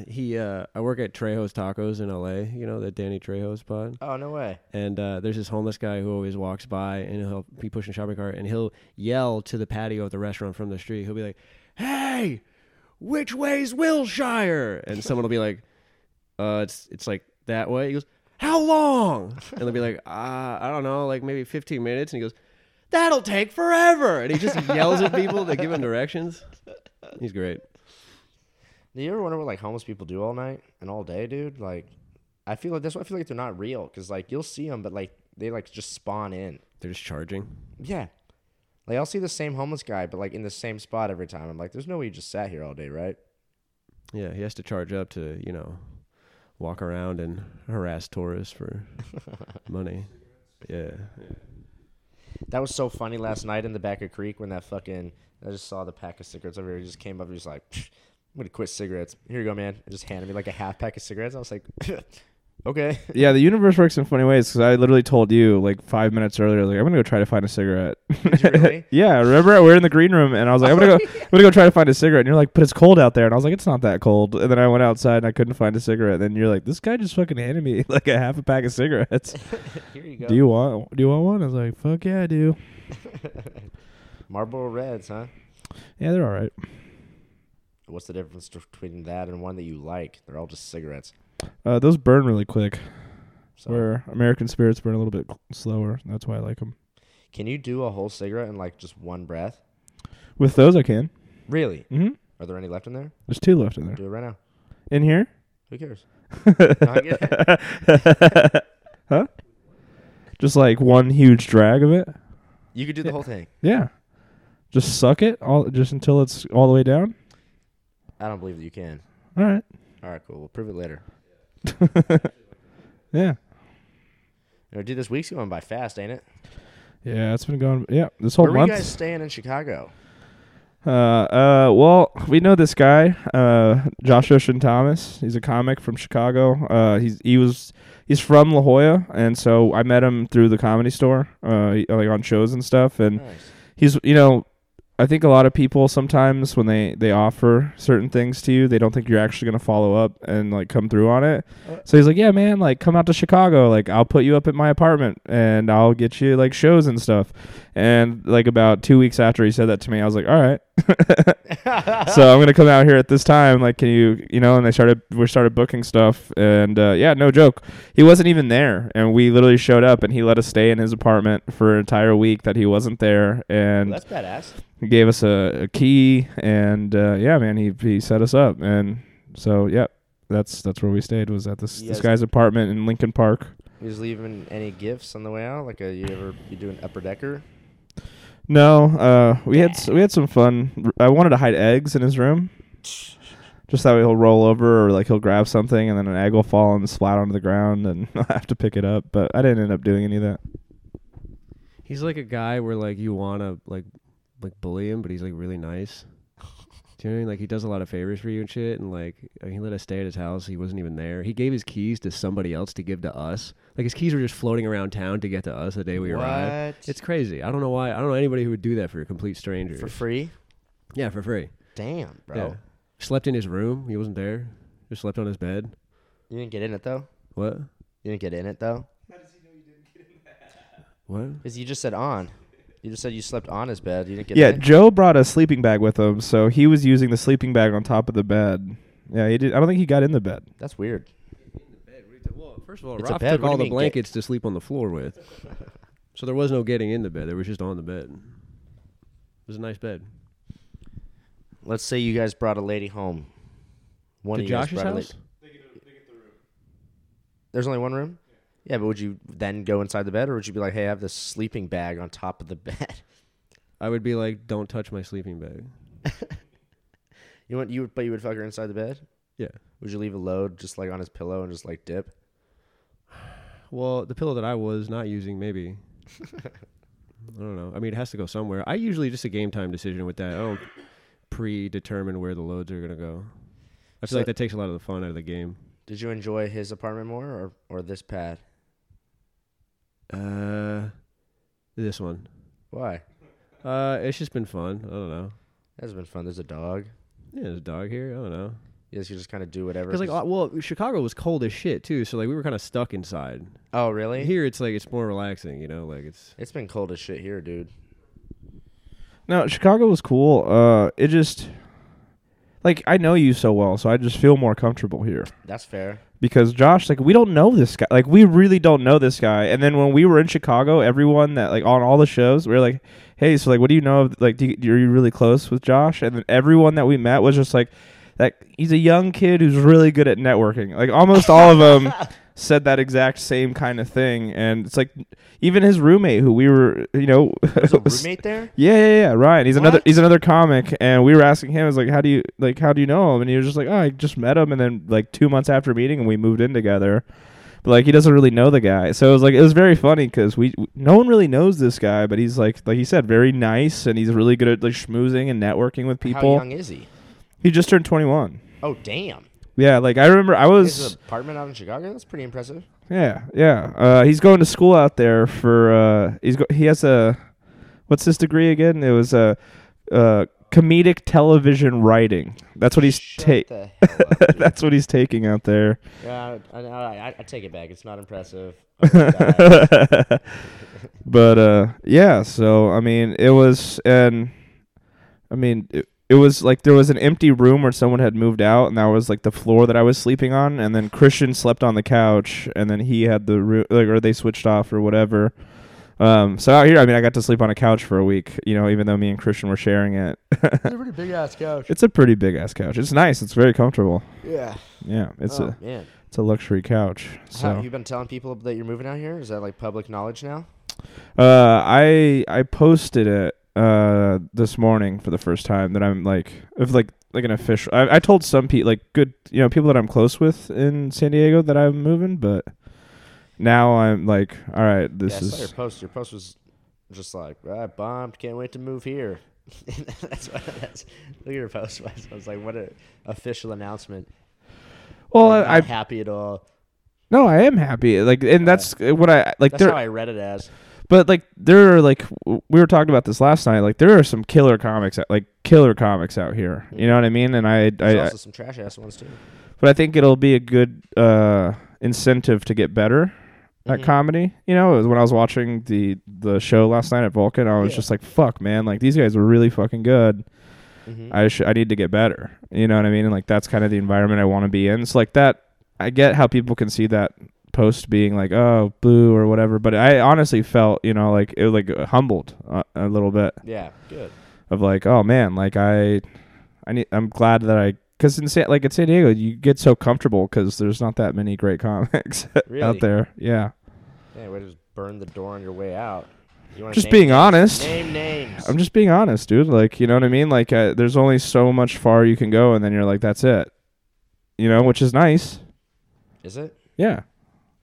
[SPEAKER 3] he uh I work at Trejo's Tacos in L.A. You know the Danny Trejo's spot.
[SPEAKER 1] oh no way
[SPEAKER 3] and uh, there's this homeless guy who always walks by and he'll be pushing a shopping cart and he'll yell to the patio of the restaurant from the street. He'll be like, "Hey, which way's Wilshire?" And someone will be like, "Uh, it's it's like that way." He goes, "How long?" And they'll be like, "Uh, I don't know, like maybe 15 minutes." And he goes, "That'll take forever." And he just yells at people that give him directions. He's great.
[SPEAKER 1] do you ever wonder what like homeless people do all night and all day dude like i feel like that's why i feel like they're not real because like you'll see them but like they like just spawn in
[SPEAKER 3] They're just charging.
[SPEAKER 1] yeah like i'll see the same homeless guy but like in the same spot every time i'm like there's no way you just sat here all day right
[SPEAKER 3] Yeah, he has to charge up to, you know, walk around and harass tourists for money. Yeah.
[SPEAKER 1] That was so funny last night in the back of Creek when that fucking I just saw the pack of cigarettes over here. He just came up and he was like, "Psh, "I'm gonna quit cigarettes." Here you go, man. And just handed me like a half pack of cigarettes. I was like, "Okay."
[SPEAKER 2] Yeah, the universe works in funny ways because I literally told you like five minutes earlier, like I'm gonna go try to find a cigarette.
[SPEAKER 1] Did you really?
[SPEAKER 2] Yeah, remember we are in the green room and I was like, I'm gonna go, I'm gonna go try to find a cigarette. And you're like, but it's cold out there. And I was like, it's not that cold. And then I went outside and I couldn't find a cigarette. And then you're like, this guy just fucking handed me like a half a pack of cigarettes.
[SPEAKER 1] Here you go.
[SPEAKER 2] Do you want? Do you want one? I was like, fuck yeah, I do.
[SPEAKER 1] Marlboro Reds, huh?
[SPEAKER 2] Yeah, they're all right.
[SPEAKER 1] What's the difference between that and one that you like? They're all just cigarettes.
[SPEAKER 2] Uh, those burn really quick.
[SPEAKER 1] So,
[SPEAKER 2] Where American spirits burn a little bit slower. That's why I like them.
[SPEAKER 1] can you do a whole cigarette in like just one breath?
[SPEAKER 2] With those, I can.
[SPEAKER 1] Really?
[SPEAKER 2] Mm-hmm.
[SPEAKER 1] Are there any left in there?
[SPEAKER 2] There's two left in there.
[SPEAKER 1] Do it right now.
[SPEAKER 2] In here.
[SPEAKER 1] Who cares? No, I get it.
[SPEAKER 2] huh? Just like one huge drag of it.
[SPEAKER 1] you could do the whole thing.
[SPEAKER 2] Yeah. Just suck it all just until it's all the way down.
[SPEAKER 1] I don't believe that you can.
[SPEAKER 2] All right.
[SPEAKER 1] All right, cool. We'll prove it later.
[SPEAKER 2] Yeah.
[SPEAKER 1] Now, Dude, this week's going by fast, ain't it?
[SPEAKER 2] Yeah, it's been going. Yeah, this whole
[SPEAKER 1] Where
[SPEAKER 2] month.
[SPEAKER 1] were you guys staying in Chicago?
[SPEAKER 2] Uh, uh, well, we know this guy, uh, Josh Ocean Thomas. He's a comic from Chicago. Uh, he's he was he's from La Jolla, and so I met him through the comedy store, uh, like on shows and stuff. And
[SPEAKER 1] Nice.
[SPEAKER 2] he's you know i think a lot of people sometimes when they they offer certain things to you they don't think you're actually going to follow up and like come through on it
[SPEAKER 1] Uh.
[SPEAKER 2] so he's like yeah man like come out to chicago like i'll put you up at my apartment and i'll get you like shows and stuff and like about two weeks after he said that to me i was like all right so i'm going to come out here at this time like can you you know and they started we started booking stuff and uh, yeah no joke he wasn't even there and we literally showed up and he let us stay in his apartment for an entire week that he wasn't there and
[SPEAKER 1] That's badass.
[SPEAKER 2] he gave us a, a key and uh, yeah man he, he set us up and so yeah that's that's where we stayed was at this
[SPEAKER 1] Yes.
[SPEAKER 2] this guy's apartment in Lincoln Park
[SPEAKER 1] You was leaving any gifts on the way out? Like, a, you ever you doing upper decker?
[SPEAKER 2] no uh, we had s- we had some fun I wanted to hide eggs in his room just that way he'll roll over or like he'll grab something and then an egg will fall and splat onto the ground and I'll have to pick it up but I didn't end up doing any of that
[SPEAKER 3] He's like a guy where like you wanna like like bully him, but he's like really nice. Do you know what I mean? Like he does a lot of favors for you and shit, and like I mean, he let us stay at his house. He wasn't even there. He gave his keys to somebody else to give to us. Like his keys were just floating around town to get to us the day we arrived.
[SPEAKER 1] What?
[SPEAKER 3] It's crazy. I don't know why. I don't know anybody who would do that for a complete stranger.
[SPEAKER 1] for free?
[SPEAKER 3] yeah, for free.
[SPEAKER 1] Damn, bro.
[SPEAKER 3] Yeah. Slept in his room. He wasn't there. Just slept on his bed.
[SPEAKER 1] You didn't get in it though.
[SPEAKER 3] What?
[SPEAKER 1] You didn't get in it though,
[SPEAKER 3] What?
[SPEAKER 1] because you just said on. You just said you slept on his bed. You didn't get
[SPEAKER 2] yeah
[SPEAKER 1] in. it?
[SPEAKER 2] Joe brought a sleeping bag with him so he was using the sleeping bag on top of the bed yeah he did I don't think he got in the bed
[SPEAKER 1] That's weird.
[SPEAKER 3] Well, first of all,
[SPEAKER 1] It's a
[SPEAKER 3] Ralph
[SPEAKER 1] bed.
[SPEAKER 3] took
[SPEAKER 1] What do you
[SPEAKER 3] all the
[SPEAKER 1] mean, get-
[SPEAKER 3] blankets to sleep on the floor with. so there was no getting in the bed. There was just on the bed. It was a nice bed.
[SPEAKER 1] Let's say you guys brought a lady home. One
[SPEAKER 3] to
[SPEAKER 1] of you guys
[SPEAKER 3] Josh's
[SPEAKER 1] brought a la-
[SPEAKER 3] house?
[SPEAKER 1] There's only one room. Yeah, but would you then go inside the bed, or would you be like, "Hey, I have this sleeping bag on top of the bed"?
[SPEAKER 3] I would be like, don't touch my sleeping bag.
[SPEAKER 1] You want you, would, but you would fuck her inside the bed.
[SPEAKER 3] Yeah.
[SPEAKER 1] Would you leave a load just like on his pillow and just like dip?
[SPEAKER 3] Well, the pillow that I was not using, maybe. I don't know. I mean, it has to go somewhere. I usually just a game time decision with that. I don't predetermine where the loads are gonna go. I
[SPEAKER 1] So-
[SPEAKER 3] feel like that takes a lot of the fun out of the game.
[SPEAKER 1] Did you enjoy his apartment more or or this pad?
[SPEAKER 3] Uh, this one.
[SPEAKER 1] Why?
[SPEAKER 3] Uh, it's just been fun. I don't know.
[SPEAKER 1] That's been fun. There's a dog.
[SPEAKER 3] Yeah, there's a dog here. I don't know.
[SPEAKER 1] Yes, you just kind of do whatever.
[SPEAKER 3] Because like, uh, well, Chicago was cold as shit too, so like we were kind of stuck inside.
[SPEAKER 1] oh really?
[SPEAKER 3] Here, it's like it's more relaxing. You know, like it's
[SPEAKER 1] It's been cold as shit here, dude.
[SPEAKER 2] No, Chicago was cool. Uh, it just like I know you so well, so I just feel more comfortable here
[SPEAKER 1] That's fair.
[SPEAKER 2] because Josh, like we don't know this guy, like we really don't know this guy. And then when we were in Chicago, everyone that like on all the shows, we were like, "Hey, so like, what do you know? Of, like, do you, are you really close with Josh?" And then everyone that we met was just like, "That he's a young kid who's really good at networking." Like almost all of them said that exact same kind of thing. And it's like even his roommate, who we were, you know,
[SPEAKER 1] There's a roommate there.
[SPEAKER 2] Yeah, yeah, yeah. Ryan. He's another.
[SPEAKER 1] What?
[SPEAKER 2] He's another comic, and we were asking him, "Is like, how do you like, how do you know him?" And he was just like, "Oh, I just met him," and then like two months after meeting, and we moved in together. But like, he doesn't really know the guy, so it was like it was very funny because we no one really knows this guy, but he's like, like he said, very nice, and he's really good at like schmoozing and networking with
[SPEAKER 1] How
[SPEAKER 2] people.
[SPEAKER 1] young is he?
[SPEAKER 2] He just turned twenty one.
[SPEAKER 1] Oh damn!
[SPEAKER 2] Yeah, like I remember, I
[SPEAKER 1] He has
[SPEAKER 2] was.
[SPEAKER 1] an apartment out in Chicago. That's pretty impressive.
[SPEAKER 2] Yeah, yeah. Uh, he's going to school out there for uh, he's go- he has a what's his degree again? It was a uh, comedic television writing. That's what he's
[SPEAKER 1] Shut
[SPEAKER 2] take.
[SPEAKER 1] the hell up, dude.
[SPEAKER 2] That's what he's taking out there.
[SPEAKER 1] Yeah, I, I, I, I take it back. It's not impressive. Oh my God.
[SPEAKER 2] but uh, yeah, so I mean, it was and I mean. It, it was like there was an empty room where someone had moved out, and that was like the floor that I was sleeping on. And then Christian slept on the couch, and then he had the room, like, or they switched off or whatever. Um, so out here, I mean, I got to sleep on a couch for a week, you know, even though me and Christian were sharing it.
[SPEAKER 1] It's a pretty big ass couch.
[SPEAKER 2] it's a pretty big ass couch. It's nice. It's very comfortable.
[SPEAKER 1] Yeah.
[SPEAKER 2] Yeah, it's
[SPEAKER 1] oh,
[SPEAKER 2] a
[SPEAKER 1] man.
[SPEAKER 2] it's a luxury couch. So
[SPEAKER 1] Have you been telling people that you're moving out here? Is that like public knowledge now?
[SPEAKER 2] Uh, I I posted it uh this morning for the first time that I'm like of like like an official. I, I told some people like good you know people that I'm close with in San Diego that I'm moving, but now I'm like all right, this
[SPEAKER 1] yeah, I saw your
[SPEAKER 2] is
[SPEAKER 1] post. Your post was just like, I bombed. Can't wait to move here. that's what. That's look at your post. Was. I was like, what a official announcement.
[SPEAKER 2] well
[SPEAKER 1] Like,
[SPEAKER 2] I,
[SPEAKER 1] not
[SPEAKER 2] I
[SPEAKER 1] happy at all.
[SPEAKER 2] no I am happy like and that's what I like
[SPEAKER 1] That's
[SPEAKER 2] there
[SPEAKER 1] how I read it as.
[SPEAKER 2] but like there are like w- we were talking about this last night like there are some killer comics out- like killer comics out here you know what I mean and I
[SPEAKER 1] There's
[SPEAKER 2] I,
[SPEAKER 1] also some trash ass ones too.
[SPEAKER 2] but I think it'll be a good uh, incentive to get better at
[SPEAKER 1] Mhm.
[SPEAKER 2] comedy. You know, it was when I was watching the the show last night at Vulcan, I was
[SPEAKER 1] Yeah.
[SPEAKER 2] just like, "Fuck, man! Like these guys were really fucking good.
[SPEAKER 1] Mhm.
[SPEAKER 2] I sh- I need to get better." You know what I mean? And like that's kind of the environment I want to be in. It's like that. I get how people can see that post being like, "Oh, boo" or whatever, but I honestly felt, you know, like it was like uh, humbled a, a little bit
[SPEAKER 1] yeah, good.
[SPEAKER 2] of like, oh man, like I, I need, I'm glad that I, because in San, like in San Diego, you get so comfortable because there's not that many great comics
[SPEAKER 1] Really.
[SPEAKER 2] out there. Yeah,
[SPEAKER 1] Yeah, way to just burn the door on your way out. You wanna
[SPEAKER 2] just
[SPEAKER 1] name
[SPEAKER 2] being
[SPEAKER 1] names?
[SPEAKER 2] honest.
[SPEAKER 1] Name names.
[SPEAKER 2] I'm just being honest, dude. Like, you know what I mean? Like, uh, there's only so much far you can go, and then you're like, that's it. You know, which is nice.
[SPEAKER 1] Is it?
[SPEAKER 2] Yeah,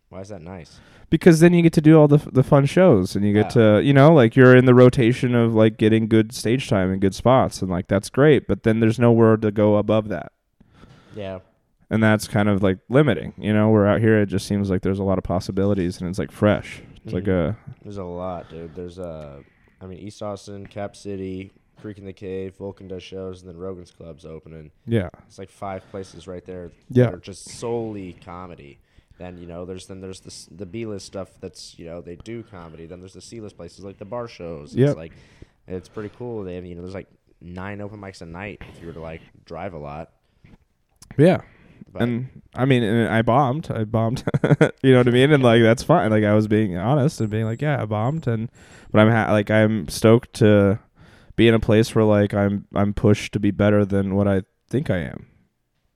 [SPEAKER 1] Why is that nice?
[SPEAKER 2] because then you get to do all the f- the fun shows, and you get to, you know, like you're in the rotation of like getting good stage time and good spots, and like that's great. But then there's nowhere to go above that.
[SPEAKER 1] Yeah.
[SPEAKER 2] and that's kind of like limiting you know we're out here it just seems like there's a lot of possibilities and it's like fresh it's like a
[SPEAKER 1] There's a lot, dude. There's uh, I mean, East Austin, Cap City, Creek in the Cave, Vulcan does shows, and then Rogan's Club's opening.
[SPEAKER 2] yeah
[SPEAKER 1] It's like five places right there.
[SPEAKER 2] Yeah.
[SPEAKER 1] That are just solely comedy. Then you know, there's then there's this the B list stuff that's you know they do comedy. Then there's the C list places like the bar shows.
[SPEAKER 2] Yep.
[SPEAKER 1] It's like, it's pretty cool. They have you know there's like nine open mics a night if you were to like drive a lot.
[SPEAKER 2] yeah
[SPEAKER 1] But
[SPEAKER 2] and i mean and i bombed i bombed you know what i mean and like that's fine like i was being honest and being like yeah i bombed and but i'm ha- like i'm stoked to be in a place where like I'm I'm pushed to be better than what I think I am.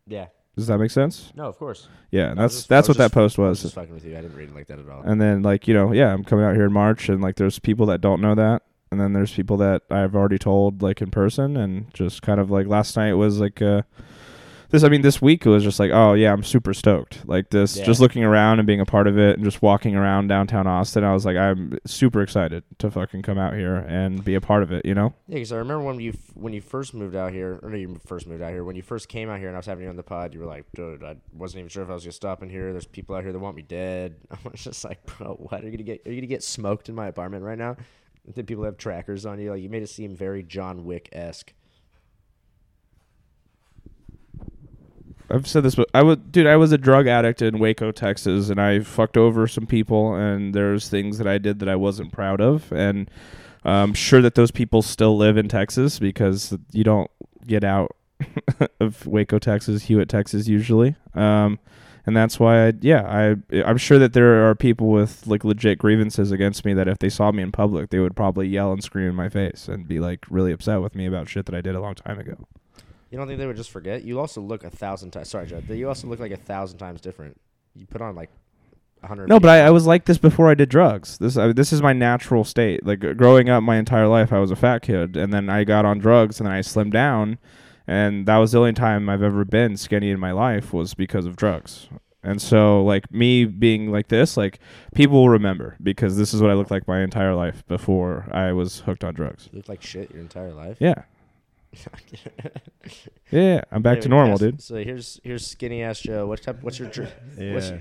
[SPEAKER 1] Yeah.
[SPEAKER 2] Does that make sense?
[SPEAKER 1] No, of course.
[SPEAKER 2] Yeah, and that's
[SPEAKER 1] just-
[SPEAKER 2] that's
[SPEAKER 1] I was
[SPEAKER 2] what that
[SPEAKER 1] just-
[SPEAKER 2] post
[SPEAKER 1] I was
[SPEAKER 2] was.
[SPEAKER 1] just fucking with you. I didn't read it like that at all.
[SPEAKER 2] And then like, you know, yeah, I'm coming out here in March and like there's people that don't know that and then there's people that I've already told like in person and just kind of like last night was like uh this I mean this week it was just like, oh yeah, I'm super stoked. Like this
[SPEAKER 1] Yeah.
[SPEAKER 2] just looking around and being a part of it and just walking around downtown Austin, I was like I'm super excited to fucking come out here and be a part of it, you know?
[SPEAKER 1] Yeah, because I remember when you f- when you first moved out here, or no, you first moved out here. When you first came out here, and I was having you on the pod, you were like, "Dude, I wasn't even sure if I was gonna stop in here. There's people out here that want me dead." I was just like, "Bro, what are you gonna get? Are you gonna get smoked in my apartment right now?" Did people have trackers on you? Like you made it seem very John Wick esque.
[SPEAKER 2] I've said this, but I was, dude, I was a drug addict in Waco, Texas, and I fucked over some people, and there's things that I did that I wasn't proud of, and I'm sure that those people still live in Texas because you don't get out of Waco, Texas, Hewitt, Texas, usually, um, and that's why, I, yeah, I, I'm sure that there are people with like legit grievances against me that if they saw me in public, they would probably yell and scream in my face and be like really upset with me about shit that I did a long time ago.
[SPEAKER 1] You don't think they would just forget? You also look a thousand times. Sorry, Judd. You also look like a thousand times different. You put on like a hundred.
[SPEAKER 2] No, but I, I was like this before I did drugs. This I, this is my natural state. Like uh, growing up, my entire life I was a fat kid, and then I got on drugs, and then I slimmed down, and that was the only time I've ever been skinny in my life was because of drugs. And so, like me being like this, like people will remember because this is what I looked like my entire life before I was hooked on drugs.
[SPEAKER 1] You look like shit your entire life.
[SPEAKER 2] Yeah, yeah, yeah. I'm back to
[SPEAKER 1] Anyway,
[SPEAKER 2] normal,
[SPEAKER 1] yes.
[SPEAKER 2] dude.
[SPEAKER 1] So here's here's skinny ass Joe. What's type, what's your dr- what's,
[SPEAKER 3] Yeah.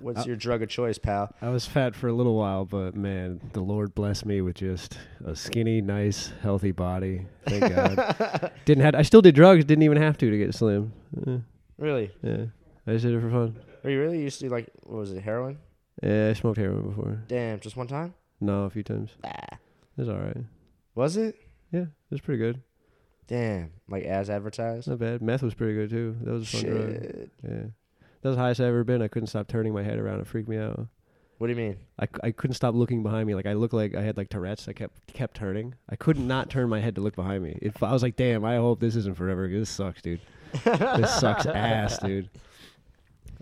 [SPEAKER 1] what's your drug of choice, pal?
[SPEAKER 3] I was fat for a little while, but man, the Lord blessed me with just a skinny, nice, healthy body. Thank God. didn't had I still did drugs. Didn't even have to to get slim. Eh,
[SPEAKER 1] Really?
[SPEAKER 3] yeah, I just did it for fun.
[SPEAKER 1] Are you really You used to like what was it heroin?
[SPEAKER 3] Yeah, I smoked heroin before.
[SPEAKER 1] Damn, just one time?
[SPEAKER 3] No, a few times.
[SPEAKER 1] Bah.
[SPEAKER 3] It was all right.
[SPEAKER 1] Was it?
[SPEAKER 3] Yeah, it was pretty good.
[SPEAKER 1] Damn, like as advertised.
[SPEAKER 3] It's not bad. Meth was pretty good too. That was a fun drug.
[SPEAKER 1] Shit.
[SPEAKER 3] Yeah, that was the highest I ever been. I couldn't stop turning my head around. It freaked me out.
[SPEAKER 1] What do you mean?
[SPEAKER 3] I, c- I couldn't stop looking behind me. Like I looked like I had like Tourette's. I kept kept turning. I could not turn my head to look behind me. If I was like, damn, I hope this isn't forever. 'cause This sucks, dude. this sucks ass, dude.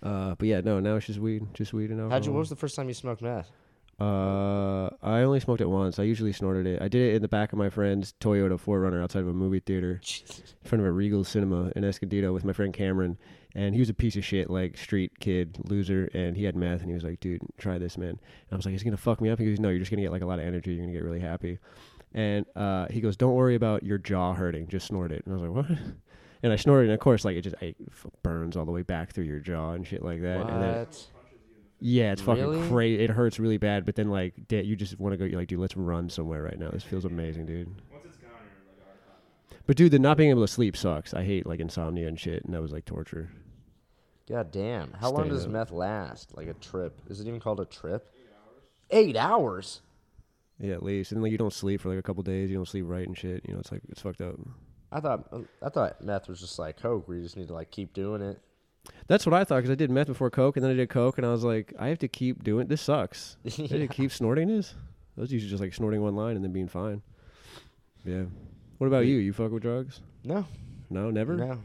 [SPEAKER 3] Uh, but yeah, no. Now it's just weed, just weed and alcohol.
[SPEAKER 1] How'd you? What was the first time you smoked meth?
[SPEAKER 3] Uh, I only smoked it once. I usually snorted it. I did it in the back of my friend's Toyota 4Runner outside of a movie theater in front of a Regal Cinema in Escondido with my friend Cameron. And he was a piece of shit, like street kid, loser. And he had meth, and he was like, dude, try this, man. And I was like, it's going to fuck me up. He goes, no, you're just going to get like a lot of energy. You're going to get really happy. And uh, he goes, don't worry about your jaw hurting. Just snort it. And I was like, what? And I snorted, and of course, like it just it f- burns all the way back through your jaw and shit like that. And then
[SPEAKER 1] What?
[SPEAKER 3] yeah, it's fucking
[SPEAKER 1] Really?
[SPEAKER 3] crazy. It hurts really bad, but then like da- you just want to go. You're like, dude, let's run somewhere right now. This feels amazing, dude. But dude, the not being able to sleep sucks. I hate like insomnia and shit, and that was like torture.
[SPEAKER 1] God damn. How long
[SPEAKER 3] Staying
[SPEAKER 1] does
[SPEAKER 3] up.
[SPEAKER 1] meth last? Like a trip? Is it even called a trip? Eight hours.
[SPEAKER 3] Yeah, at least, and like you don't sleep for like a couple days. You don't sleep right and shit. You know, it's like it's fucked up.
[SPEAKER 1] I thought I thought meth was just like coke, where you just need to like keep doing it.
[SPEAKER 3] That's what I thought because I did meth before coke, and then I did coke, and I was like, I have to keep doing this. Sucks. I had to keep snorting this. I was usually just like snorting one line and then being fine. Yeah. What about you? You fuck with drugs?
[SPEAKER 1] No,
[SPEAKER 3] No, never.
[SPEAKER 1] No,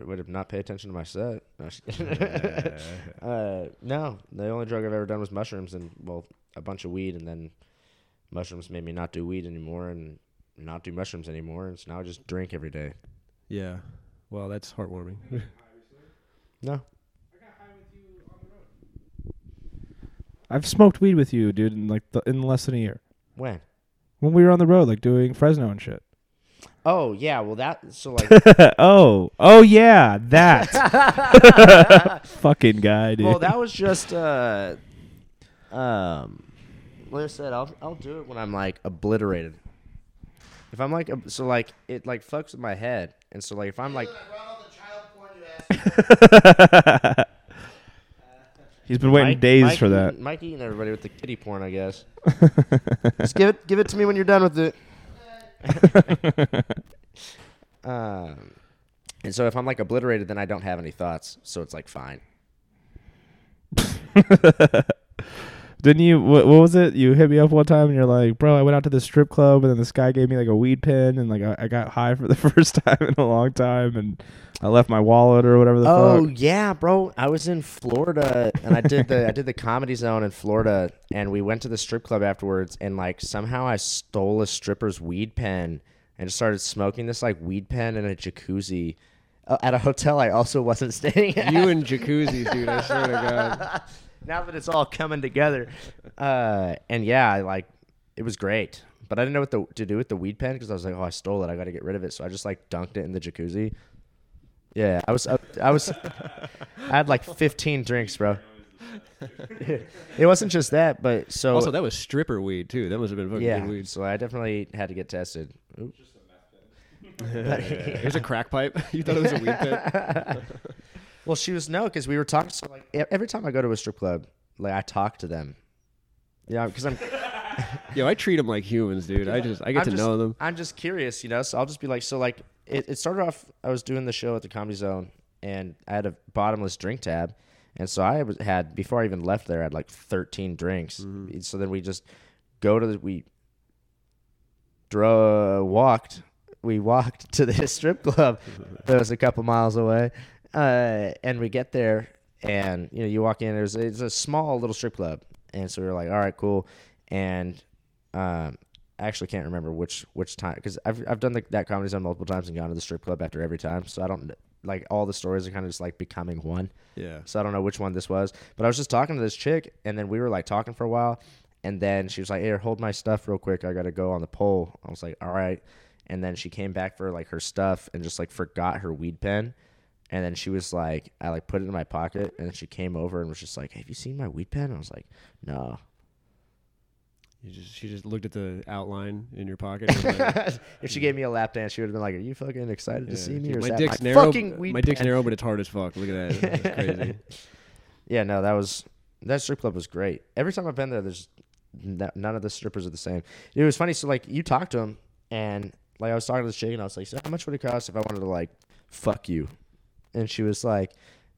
[SPEAKER 1] I would have not paid attention to my set. No, just kidding. uh, no, the only drug I've ever done was mushrooms and well, a bunch of weed, and then mushrooms made me not do weed anymore and not do mushrooms anymore, and so now I just drink every day.
[SPEAKER 3] Yeah. Well, that's heartwarming.
[SPEAKER 1] No,
[SPEAKER 2] I've smoked weed with you, dude, in like th- in less than a year
[SPEAKER 1] when?
[SPEAKER 2] when we were on the road, like doing Fresno and shit.
[SPEAKER 1] Oh yeah, well that so like
[SPEAKER 2] oh, oh yeah, that fucking guy, dude.
[SPEAKER 1] well that was just uh um like I said I'll I'll do it when I'm like obliterated. If I'm like ob- so like it like fucks with my head, and so like if I'm like
[SPEAKER 2] He's been waiting
[SPEAKER 1] Mike-
[SPEAKER 2] days
[SPEAKER 1] Mike
[SPEAKER 2] for that.
[SPEAKER 1] eating- Mike eating everybody with the kitty porn, I guess. Just give it, give it to me when you're done with it. um, and so if I'm like obliterated, then I don't have any thoughts, so it's like fine.
[SPEAKER 2] Didn't you? What, what was it? You hit me up one time and you're like, "Bro, I went out to the strip club and then this guy gave me like a weed pen and like I, I got high for the first time in a long time and I left my wallet or whatever the
[SPEAKER 1] oh
[SPEAKER 2] fuck."
[SPEAKER 1] yeah, bro. I was in Florida and I did the I did the comedy zone in Florida and we went to the strip club afterwards and like somehow I stole a stripper's weed pen and started smoking this like weed pen in a jacuzzi uh, at a hotel I also wasn't staying at.
[SPEAKER 3] You and jacuzzis, dude. I swear to God.
[SPEAKER 1] now that it's all coming together. Uh, and yeah, I, like it was great, but I didn't know what the, to do with the weed pen because I was like, oh, I stole it. I got to get rid of it. So I just like dunked it in the jacuzzi. Yeah, I was, I, I was, I had like 15 drinks, bro. it wasn't just that, but so
[SPEAKER 3] Also, that was stripper weed too. That must have been fucking
[SPEAKER 1] yeah,
[SPEAKER 3] good weed.
[SPEAKER 1] so I definitely had to get tested. Oop.
[SPEAKER 3] It was a crack pipe. you thought it was a weed pen?
[SPEAKER 1] Well, she was no, because we were talking. So like e- every time I go to a strip club, like I talk to them. Yeah, because I'm.
[SPEAKER 3] Yo, I treat them like humans, dude. I just I get
[SPEAKER 1] I'm
[SPEAKER 3] to
[SPEAKER 1] just,
[SPEAKER 3] know them.
[SPEAKER 1] I'm just curious, you know. So I'll just be like, so like it, it started off. I was doing the show at the Comedy Zone, and I had a bottomless drink tab, and so I was, had before I even left there, I had like 13 drinks. And So then we just go to the we drove walked we walked to this strip club that was a couple miles away uh, and we get there and you know you walk in there's it's a small little strip club and so we were like all right cool and um, i actually can't remember which which time because I've, I've done the, that comedy zone multiple times and gone to the strip club after every time so i don't like all the stories are kind of just like becoming one
[SPEAKER 3] Yeah.
[SPEAKER 1] so I don't know which one this was, but I was just talking to this chick, and then we were like talking for a while, and then she was like, "Here, hold my stuff real quick. I gotta go on the pole." I was like, "All right," and then she came back for like her stuff and just like forgot her weed pen, and then she was like, "I like put it in my pocket," and then she came over and was just like, "Have you seen my weed pen?" I was like, "No."
[SPEAKER 3] You just she just looked at the outline in your pocket. and was like,
[SPEAKER 1] if she gave me a lap dance, she would have been like, "Are you fucking excited
[SPEAKER 3] yeah,
[SPEAKER 1] to see me?"
[SPEAKER 3] dude,
[SPEAKER 1] Or is
[SPEAKER 3] my
[SPEAKER 1] that
[SPEAKER 3] dick's
[SPEAKER 1] my
[SPEAKER 3] narrow. uh,
[SPEAKER 1] fucking weed
[SPEAKER 3] my dick's
[SPEAKER 1] pen?"
[SPEAKER 3] narrow, but it's hard as fuck. Look at that. That's crazy.
[SPEAKER 1] Yeah, no, that was that strip club was great. Every time I've been there, there's n- none of the strippers are the same. It was funny. So like, you talk to them, and like I was talking to this chick, and I was like, "So how much would it cost if I wanted to like fuck you?" And she was like,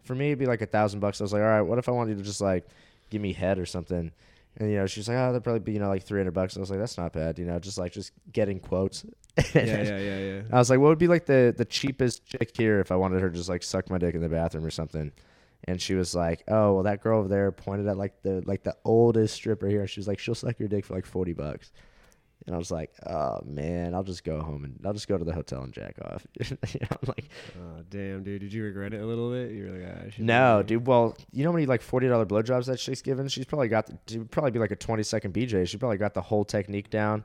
[SPEAKER 1] "For me, it'd be like a thousand bucks." I was like, "All right, what if I wanted you to just like give me head or something?" And you know, she's like, "Oh, that'd probably be you know like three hundred bucks." I was like, "That's not bad," you know, just like just getting quotes.
[SPEAKER 3] Yeah, yeah, yeah, yeah.
[SPEAKER 1] I was like, what would be like the, the cheapest chick here if I wanted her to just like suck my dick in the bathroom or something? And she was like, oh, well, that girl over there pointed at like the like the oldest stripper here. She was like, she'll suck your dick for like forty bucks. And I was like, oh man, I'll just go home and I'll just go to the hotel and jack off. You know, I'm like,
[SPEAKER 3] Oh, damn, dude. Did you regret it a little bit? You were like, ah, I should
[SPEAKER 1] no,
[SPEAKER 3] have done
[SPEAKER 1] dude. Well, you know how many like forty dollar blowjobs that chick's given? She's probably got she would probably be like a twenty second BJ. She probably got the whole technique down,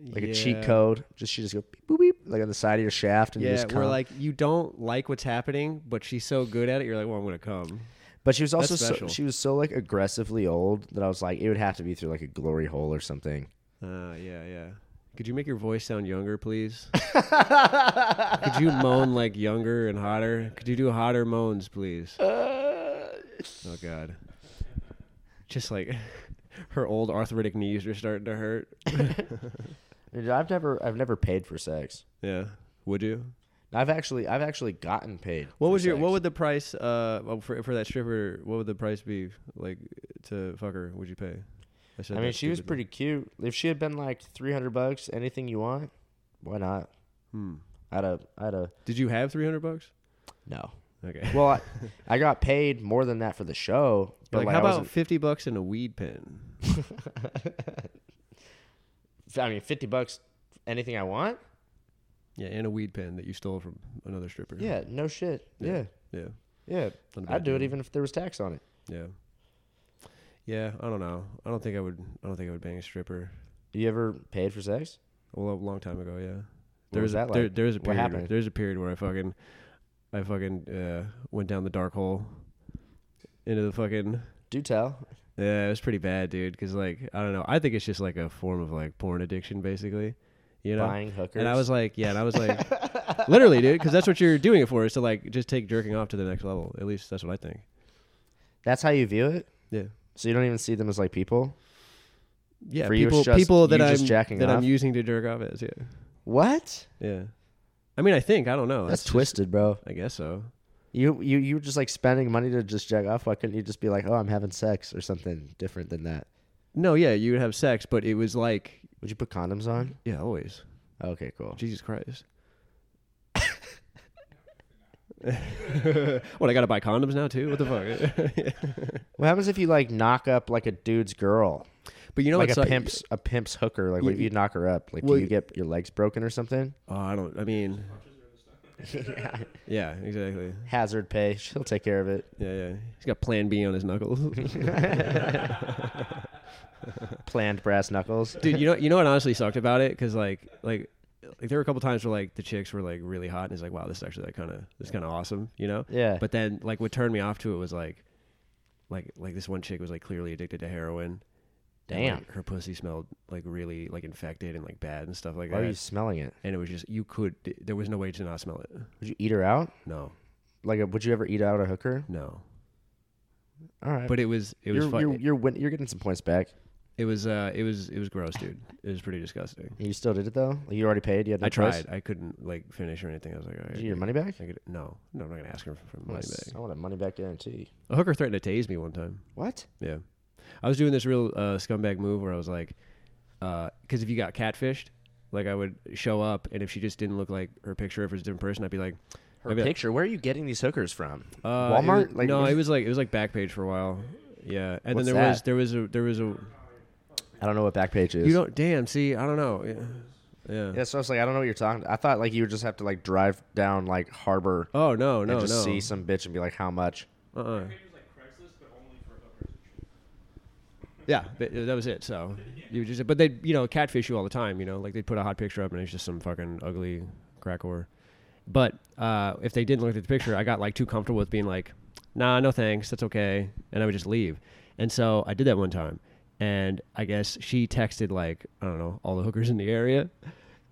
[SPEAKER 3] that."
[SPEAKER 1] like a
[SPEAKER 3] Yeah.
[SPEAKER 1] cheat code. Just she just go beep boop beep like on the side of your shaft and you
[SPEAKER 3] Yeah,
[SPEAKER 1] just
[SPEAKER 3] we're
[SPEAKER 1] cum.
[SPEAKER 3] like you don't like what's happening, but she's so good at it. You're like, well, I'm gonna come.
[SPEAKER 1] But she was also so,
[SPEAKER 3] special.
[SPEAKER 1] she was so like aggressively old that I was like, it would have to be through like a glory hole or something.
[SPEAKER 3] Uh, yeah, yeah. Could you make your voice sound younger, please? Could you moan like younger and hotter? Could you do hotter moans, please? Oh God. Just like her old arthritic knees are starting to hurt.
[SPEAKER 1] Dude, I've never I've never paid for sex.
[SPEAKER 3] Yeah. Would you?
[SPEAKER 1] I've actually I've actually gotten paid.
[SPEAKER 3] What
[SPEAKER 1] for
[SPEAKER 3] was your
[SPEAKER 1] sex.
[SPEAKER 3] What would the price uh well, for for that stripper? What would the price be like to fuck her? Would you pay? said
[SPEAKER 1] I mean,
[SPEAKER 3] that
[SPEAKER 1] she was
[SPEAKER 3] stupidly.
[SPEAKER 1] pretty cute. If she had been like three hundred bucks, anything you want, why not?
[SPEAKER 3] Hmm.
[SPEAKER 1] I had a I had a
[SPEAKER 3] Did you have three hundred bucks?
[SPEAKER 1] no.
[SPEAKER 3] Okay.
[SPEAKER 1] Well, I, I got paid more than that for the show, but
[SPEAKER 3] Like,
[SPEAKER 1] like,
[SPEAKER 3] how
[SPEAKER 1] I
[SPEAKER 3] about
[SPEAKER 1] wasn't-
[SPEAKER 3] fifty bucks in a weed pen?
[SPEAKER 1] I mean, fifty bucks, anything I want.
[SPEAKER 3] Yeah, and a weed pen that you stole from another stripper.
[SPEAKER 1] Yeah, no shit.
[SPEAKER 3] Yeah.
[SPEAKER 1] Yeah,
[SPEAKER 3] yeah,
[SPEAKER 1] yeah.
[SPEAKER 3] Not a bad
[SPEAKER 1] I'd do it
[SPEAKER 3] deal.
[SPEAKER 1] even if there was tax on it.
[SPEAKER 3] Yeah, yeah. I don't know. I don't think I would. I don't think I would bang a stripper.
[SPEAKER 1] You ever paid for sex?
[SPEAKER 3] Well, a long time ago, yeah.
[SPEAKER 1] What
[SPEAKER 3] There
[SPEAKER 1] was
[SPEAKER 3] was, a,
[SPEAKER 1] that
[SPEAKER 3] there,
[SPEAKER 1] like?
[SPEAKER 3] there was a
[SPEAKER 1] What
[SPEAKER 3] period.
[SPEAKER 1] happened?
[SPEAKER 3] There was a period where I fucking, I fucking uh, went down the dark hole, into the fucking.
[SPEAKER 1] Do tell.
[SPEAKER 3] Yeah, it was pretty bad, dude. Because like I don't know. I think it's just like a form of like porn addiction, basically. You know.
[SPEAKER 1] Buying hookers.
[SPEAKER 3] And I was like, yeah, and I was like, literally, dude, because that's what you're doing it for is to like just take jerking off to the next level. At least that's what I think.
[SPEAKER 1] That's how you view it.
[SPEAKER 3] Yeah.
[SPEAKER 1] So you don't even see them as like people.
[SPEAKER 3] Yeah,
[SPEAKER 1] For you, it's
[SPEAKER 3] people,
[SPEAKER 1] just-
[SPEAKER 3] people that
[SPEAKER 1] you
[SPEAKER 3] I'm
[SPEAKER 1] just jacking
[SPEAKER 3] that
[SPEAKER 1] off?
[SPEAKER 3] I'm using to jerk off as. Yeah,
[SPEAKER 1] What?
[SPEAKER 3] yeah. I mean, I think I don't know.
[SPEAKER 1] That's,
[SPEAKER 3] Oh, just-
[SPEAKER 1] twisted, bro.
[SPEAKER 3] I guess so.
[SPEAKER 1] You you you were just like spending money to just jack off. Why couldn't you just be like, oh, I'm having sex or something different than that?
[SPEAKER 3] No, yeah, you would have sex, but it was like,
[SPEAKER 1] Would you put condoms on?
[SPEAKER 3] yeah, always.
[SPEAKER 1] Okay, cool.
[SPEAKER 3] Jesus Christ. what I gotta buy condoms now too? What the fuck?
[SPEAKER 1] What happens if you like knock up like a dude's girl,
[SPEAKER 3] but you know,
[SPEAKER 1] like
[SPEAKER 3] it's
[SPEAKER 1] a pimp's a pimp's hooker? Like, what if you knock her up? Like,
[SPEAKER 3] Well,
[SPEAKER 1] do you get your legs broken or something?
[SPEAKER 3] Oh, I don't. I mean,
[SPEAKER 1] Yeah.
[SPEAKER 3] yeah, exactly.
[SPEAKER 1] Hazard pay. She'll take care of it.
[SPEAKER 3] Yeah, yeah. He's got Plan B on his knuckles.
[SPEAKER 1] Planned brass knuckles.
[SPEAKER 3] dude you know you know what honestly sucked about it because like like like there were a couple times where like the chicks were like really hot and it's like wow this is actually like kind of this kind of awesome you know
[SPEAKER 1] Yeah.
[SPEAKER 3] but then like what turned me off to it was like like like this one chick was like clearly addicted to heroin And,
[SPEAKER 1] Damn.
[SPEAKER 3] like, her pussy smelled like really like infected and like bad and stuff like
[SPEAKER 1] Why are
[SPEAKER 3] that
[SPEAKER 1] you smelling it?
[SPEAKER 3] and it was just you could there was no way to not smell it
[SPEAKER 1] Would you eat her out?
[SPEAKER 3] no
[SPEAKER 1] Like, would you ever eat out a hooker?
[SPEAKER 3] no
[SPEAKER 1] All right.
[SPEAKER 3] but it was it was
[SPEAKER 1] you're,
[SPEAKER 3] fun.
[SPEAKER 1] you're, you're, win- you're getting some points back.
[SPEAKER 3] it was uh it was it was gross dude it was pretty disgusting
[SPEAKER 1] You still did it though. Like, you already paid. You had no
[SPEAKER 3] I
[SPEAKER 1] choice?
[SPEAKER 3] tried I couldn't like finish or anything I was like all
[SPEAKER 1] Did
[SPEAKER 3] right
[SPEAKER 1] you get your money back?
[SPEAKER 3] I could, no, no, I'm not gonna ask her for
[SPEAKER 1] I
[SPEAKER 3] money
[SPEAKER 1] want a-
[SPEAKER 3] back.
[SPEAKER 1] I want a money back guarantee.
[SPEAKER 3] A hooker threatened to tase me one time.
[SPEAKER 1] What?
[SPEAKER 3] Yeah, I was doing this real uh, scumbag move where I was like, because if you got catfished, like I would show up, and if she just didn't look like her picture, if it was a different person, I'd be like,
[SPEAKER 1] Her
[SPEAKER 3] I'd be like,
[SPEAKER 1] picture. Where are you getting these hookers from?
[SPEAKER 3] uh, it
[SPEAKER 1] Walmart?
[SPEAKER 3] was-
[SPEAKER 1] Like-
[SPEAKER 3] no, it was like it was like Backpage for a while. Yeah, and
[SPEAKER 1] What's
[SPEAKER 3] then there
[SPEAKER 1] that?
[SPEAKER 3] was there was a there was a
[SPEAKER 1] I don't know what Backpage is.
[SPEAKER 3] you don't damn see I don't know yeah, yeah.
[SPEAKER 1] Yeah, so I was like, I don't know what you're talking. I thought like you would just have to like drive down like Harbor
[SPEAKER 3] oh no no
[SPEAKER 1] and just
[SPEAKER 3] no
[SPEAKER 1] see some bitch and be like, how much?
[SPEAKER 3] uh-uh.
[SPEAKER 4] It was like Craigslist, but only for hookers.
[SPEAKER 3] Yeah, but that was it. So you just, but they, you know, catfish you all the time. You know, like they'd put a hot picture up and it's just some fucking ugly crack whore. But uh, if they didn't look at the picture, I got like too comfortable with being like, nah, no thanks, that's okay, and I would just leave. And so I did that one time, and I guess she texted like I don't know all the hookers in the area.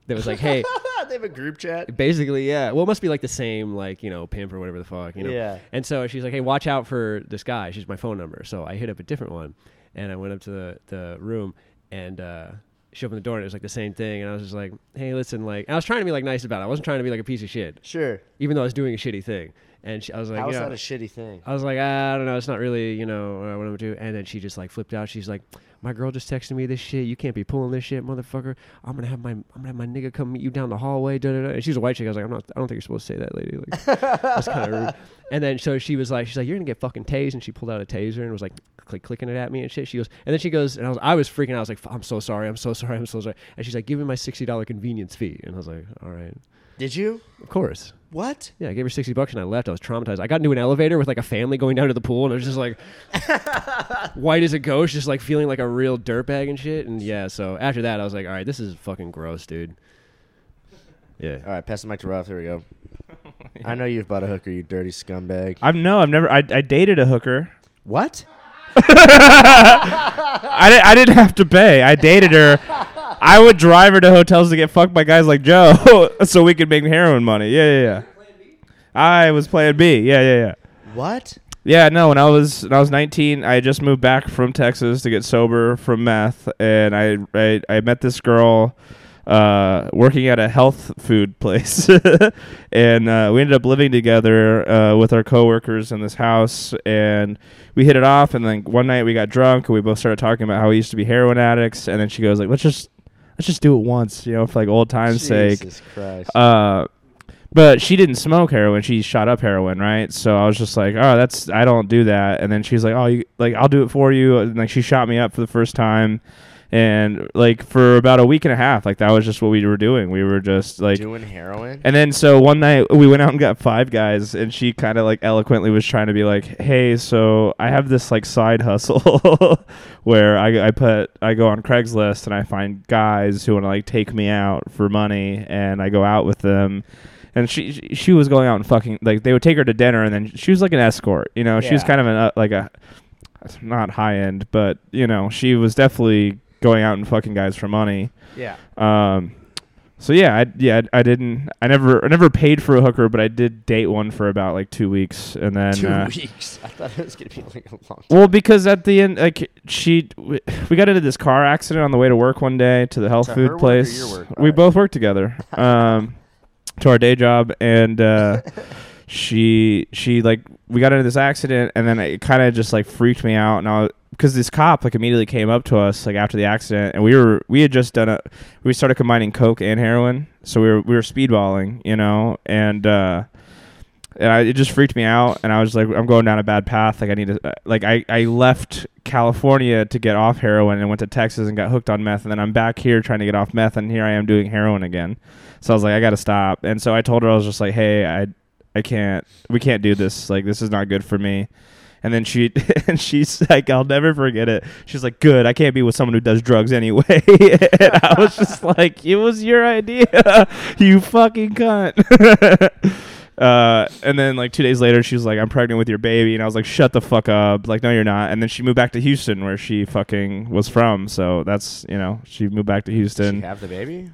[SPEAKER 3] That was like, hey,
[SPEAKER 1] they have a group chat.
[SPEAKER 3] basically, yeah. Well, it must be like the same, like you know, pimp or whatever the fuck, you know.
[SPEAKER 1] Yeah.
[SPEAKER 3] And so she's like, "Hey, watch out for this guy." She's my phone number, so I hit up a different one, and I went up to the the room, and uh, she opened the door, and it was like the same thing, and I was just like, "Hey, listen, like," I was trying to be like nice about it. I wasn't trying to be like a piece of shit,
[SPEAKER 1] Sure.
[SPEAKER 3] even though I was doing a shitty thing. And she, I was like,
[SPEAKER 1] How is
[SPEAKER 3] "Yeah."
[SPEAKER 1] that a shitty thing?
[SPEAKER 3] I was like, ah, I don't know. It's not really, you know, uh, what I'm doing. And then she just like flipped out. She's like, my girl just texted me this shit. You can't be pulling this shit, motherfucker. I'm gonna have my, I'm gonna have my nigga come meet you down the hallway. Da, da, da. And she's a white chick. I was like, I'm not, I don't think you're supposed to say that, lady. Like, that's kind of rude. And then so she was like, she's like, you're gonna get fucking tased. And she pulled out a taser and was like, click, clicking it at me and shit. She goes, and then she goes, and I was, I was freaking out. I was like, "F- I'm so sorry. I'm so sorry. I'm so sorry. And she's like, give me my sixty dollar convenience fee. And I was like, all right,
[SPEAKER 1] Did you?
[SPEAKER 3] of course.
[SPEAKER 1] What?
[SPEAKER 3] Yeah, I gave her 60 bucks and I left. I was traumatized. I got into an elevator with like a family going down to the pool and I was just like white as a ghost, just like feeling like a real dirtbag and shit. And yeah, so after that, I was like, all right, this is fucking gross, dude. Yeah.
[SPEAKER 1] All right, pass the mic to Ralph. Here we go. I know you've bought a hooker, you dirty scumbag.
[SPEAKER 2] I've no, I've never. I, I dated a hooker.
[SPEAKER 1] What?
[SPEAKER 2] I didn't, I didn't have to pay. I dated her. I would drive her to hotels to get fucked by guys like Joe, so we could make heroin money. Yeah, yeah, yeah. I was playing B. Yeah, yeah, yeah.
[SPEAKER 1] What?
[SPEAKER 2] Yeah, no. When I was when I was 19, I had just moved back from Texas to get sober from meth, and I I, I met this girl uh, working at a health food place, and uh, we ended up living together uh, with our coworkers in this house, and we hit it off. And then one night we got drunk, and we both started talking about how we used to be heroin addicts, and then she goes like, "Let's just let's just do it once, you know, for like old times' sake."
[SPEAKER 1] Jesus Christ.
[SPEAKER 2] Uh, but she didn't smoke heroin. She shot up heroin, right? So I was just like, oh, that's I don't do that. And then she's like, oh, you, like I'll do it for you. And like she shot me up for the first time, and like for about a week and a half, like that was just what we were doing. We were just like.
[SPEAKER 1] Doing heroin?
[SPEAKER 2] and then so one night we went out and got five guys and she kind of like eloquently was trying to be like hey so i have this like side hustle where I, I put i go on craigslist and i find guys who want to like take me out for money and i go out with them and she she- she was going out and fucking like they would take her to dinner and then she was like an escort you know she was
[SPEAKER 1] Yeah.
[SPEAKER 2] kind of an uh, like a not high end but you know she was definitely going out and fucking guys for money
[SPEAKER 1] yeah.
[SPEAKER 2] um, so yeah, I, yeah, I, I didn't, I never, I never paid for a hooker, but I did date one for about like two weeks, and then
[SPEAKER 1] Two
[SPEAKER 2] uh,
[SPEAKER 1] weeks. I thought it was going to be like a long time.
[SPEAKER 2] well, because at the end, like she, we, we got into this car accident on the way to work one day to the health
[SPEAKER 1] To her
[SPEAKER 2] food
[SPEAKER 1] work or
[SPEAKER 2] place.
[SPEAKER 1] your work?
[SPEAKER 2] We
[SPEAKER 1] Alright.
[SPEAKER 2] both worked together, um, to our day job, and uh, she, she like, we got into this accident, and then it kind of just like freaked me out, and I, because this cop like immediately came up to us like after the accident, and we were we had just done a we started combining coke and heroin, so we were we were speedballing, you know, and uh, and I, it just freaked me out, and I was like, I'm going down a bad path. Like I need to uh, like I I left California to get off heroin and went to Texas and got hooked on meth, and then I'm back here trying to get off meth, and here I am doing heroin again. So I was like, I got to stop, and so I told her I was just like, hey, I I can't we can't do this. Like this is not good for me. And then she and she's like, I'll never forget it. She's like, Good, I can't be with someone who does drugs anyway. and I was just like, It was your idea, you fucking cunt. uh, and then like two days later, she was like, I'm pregnant with your baby, and I was like, Shut the fuck up. Like, no, you're not. And then she moved back to Houston, where she fucking was from. So that's you know, she moved back to
[SPEAKER 1] Did
[SPEAKER 2] Houston.
[SPEAKER 1] she have the baby?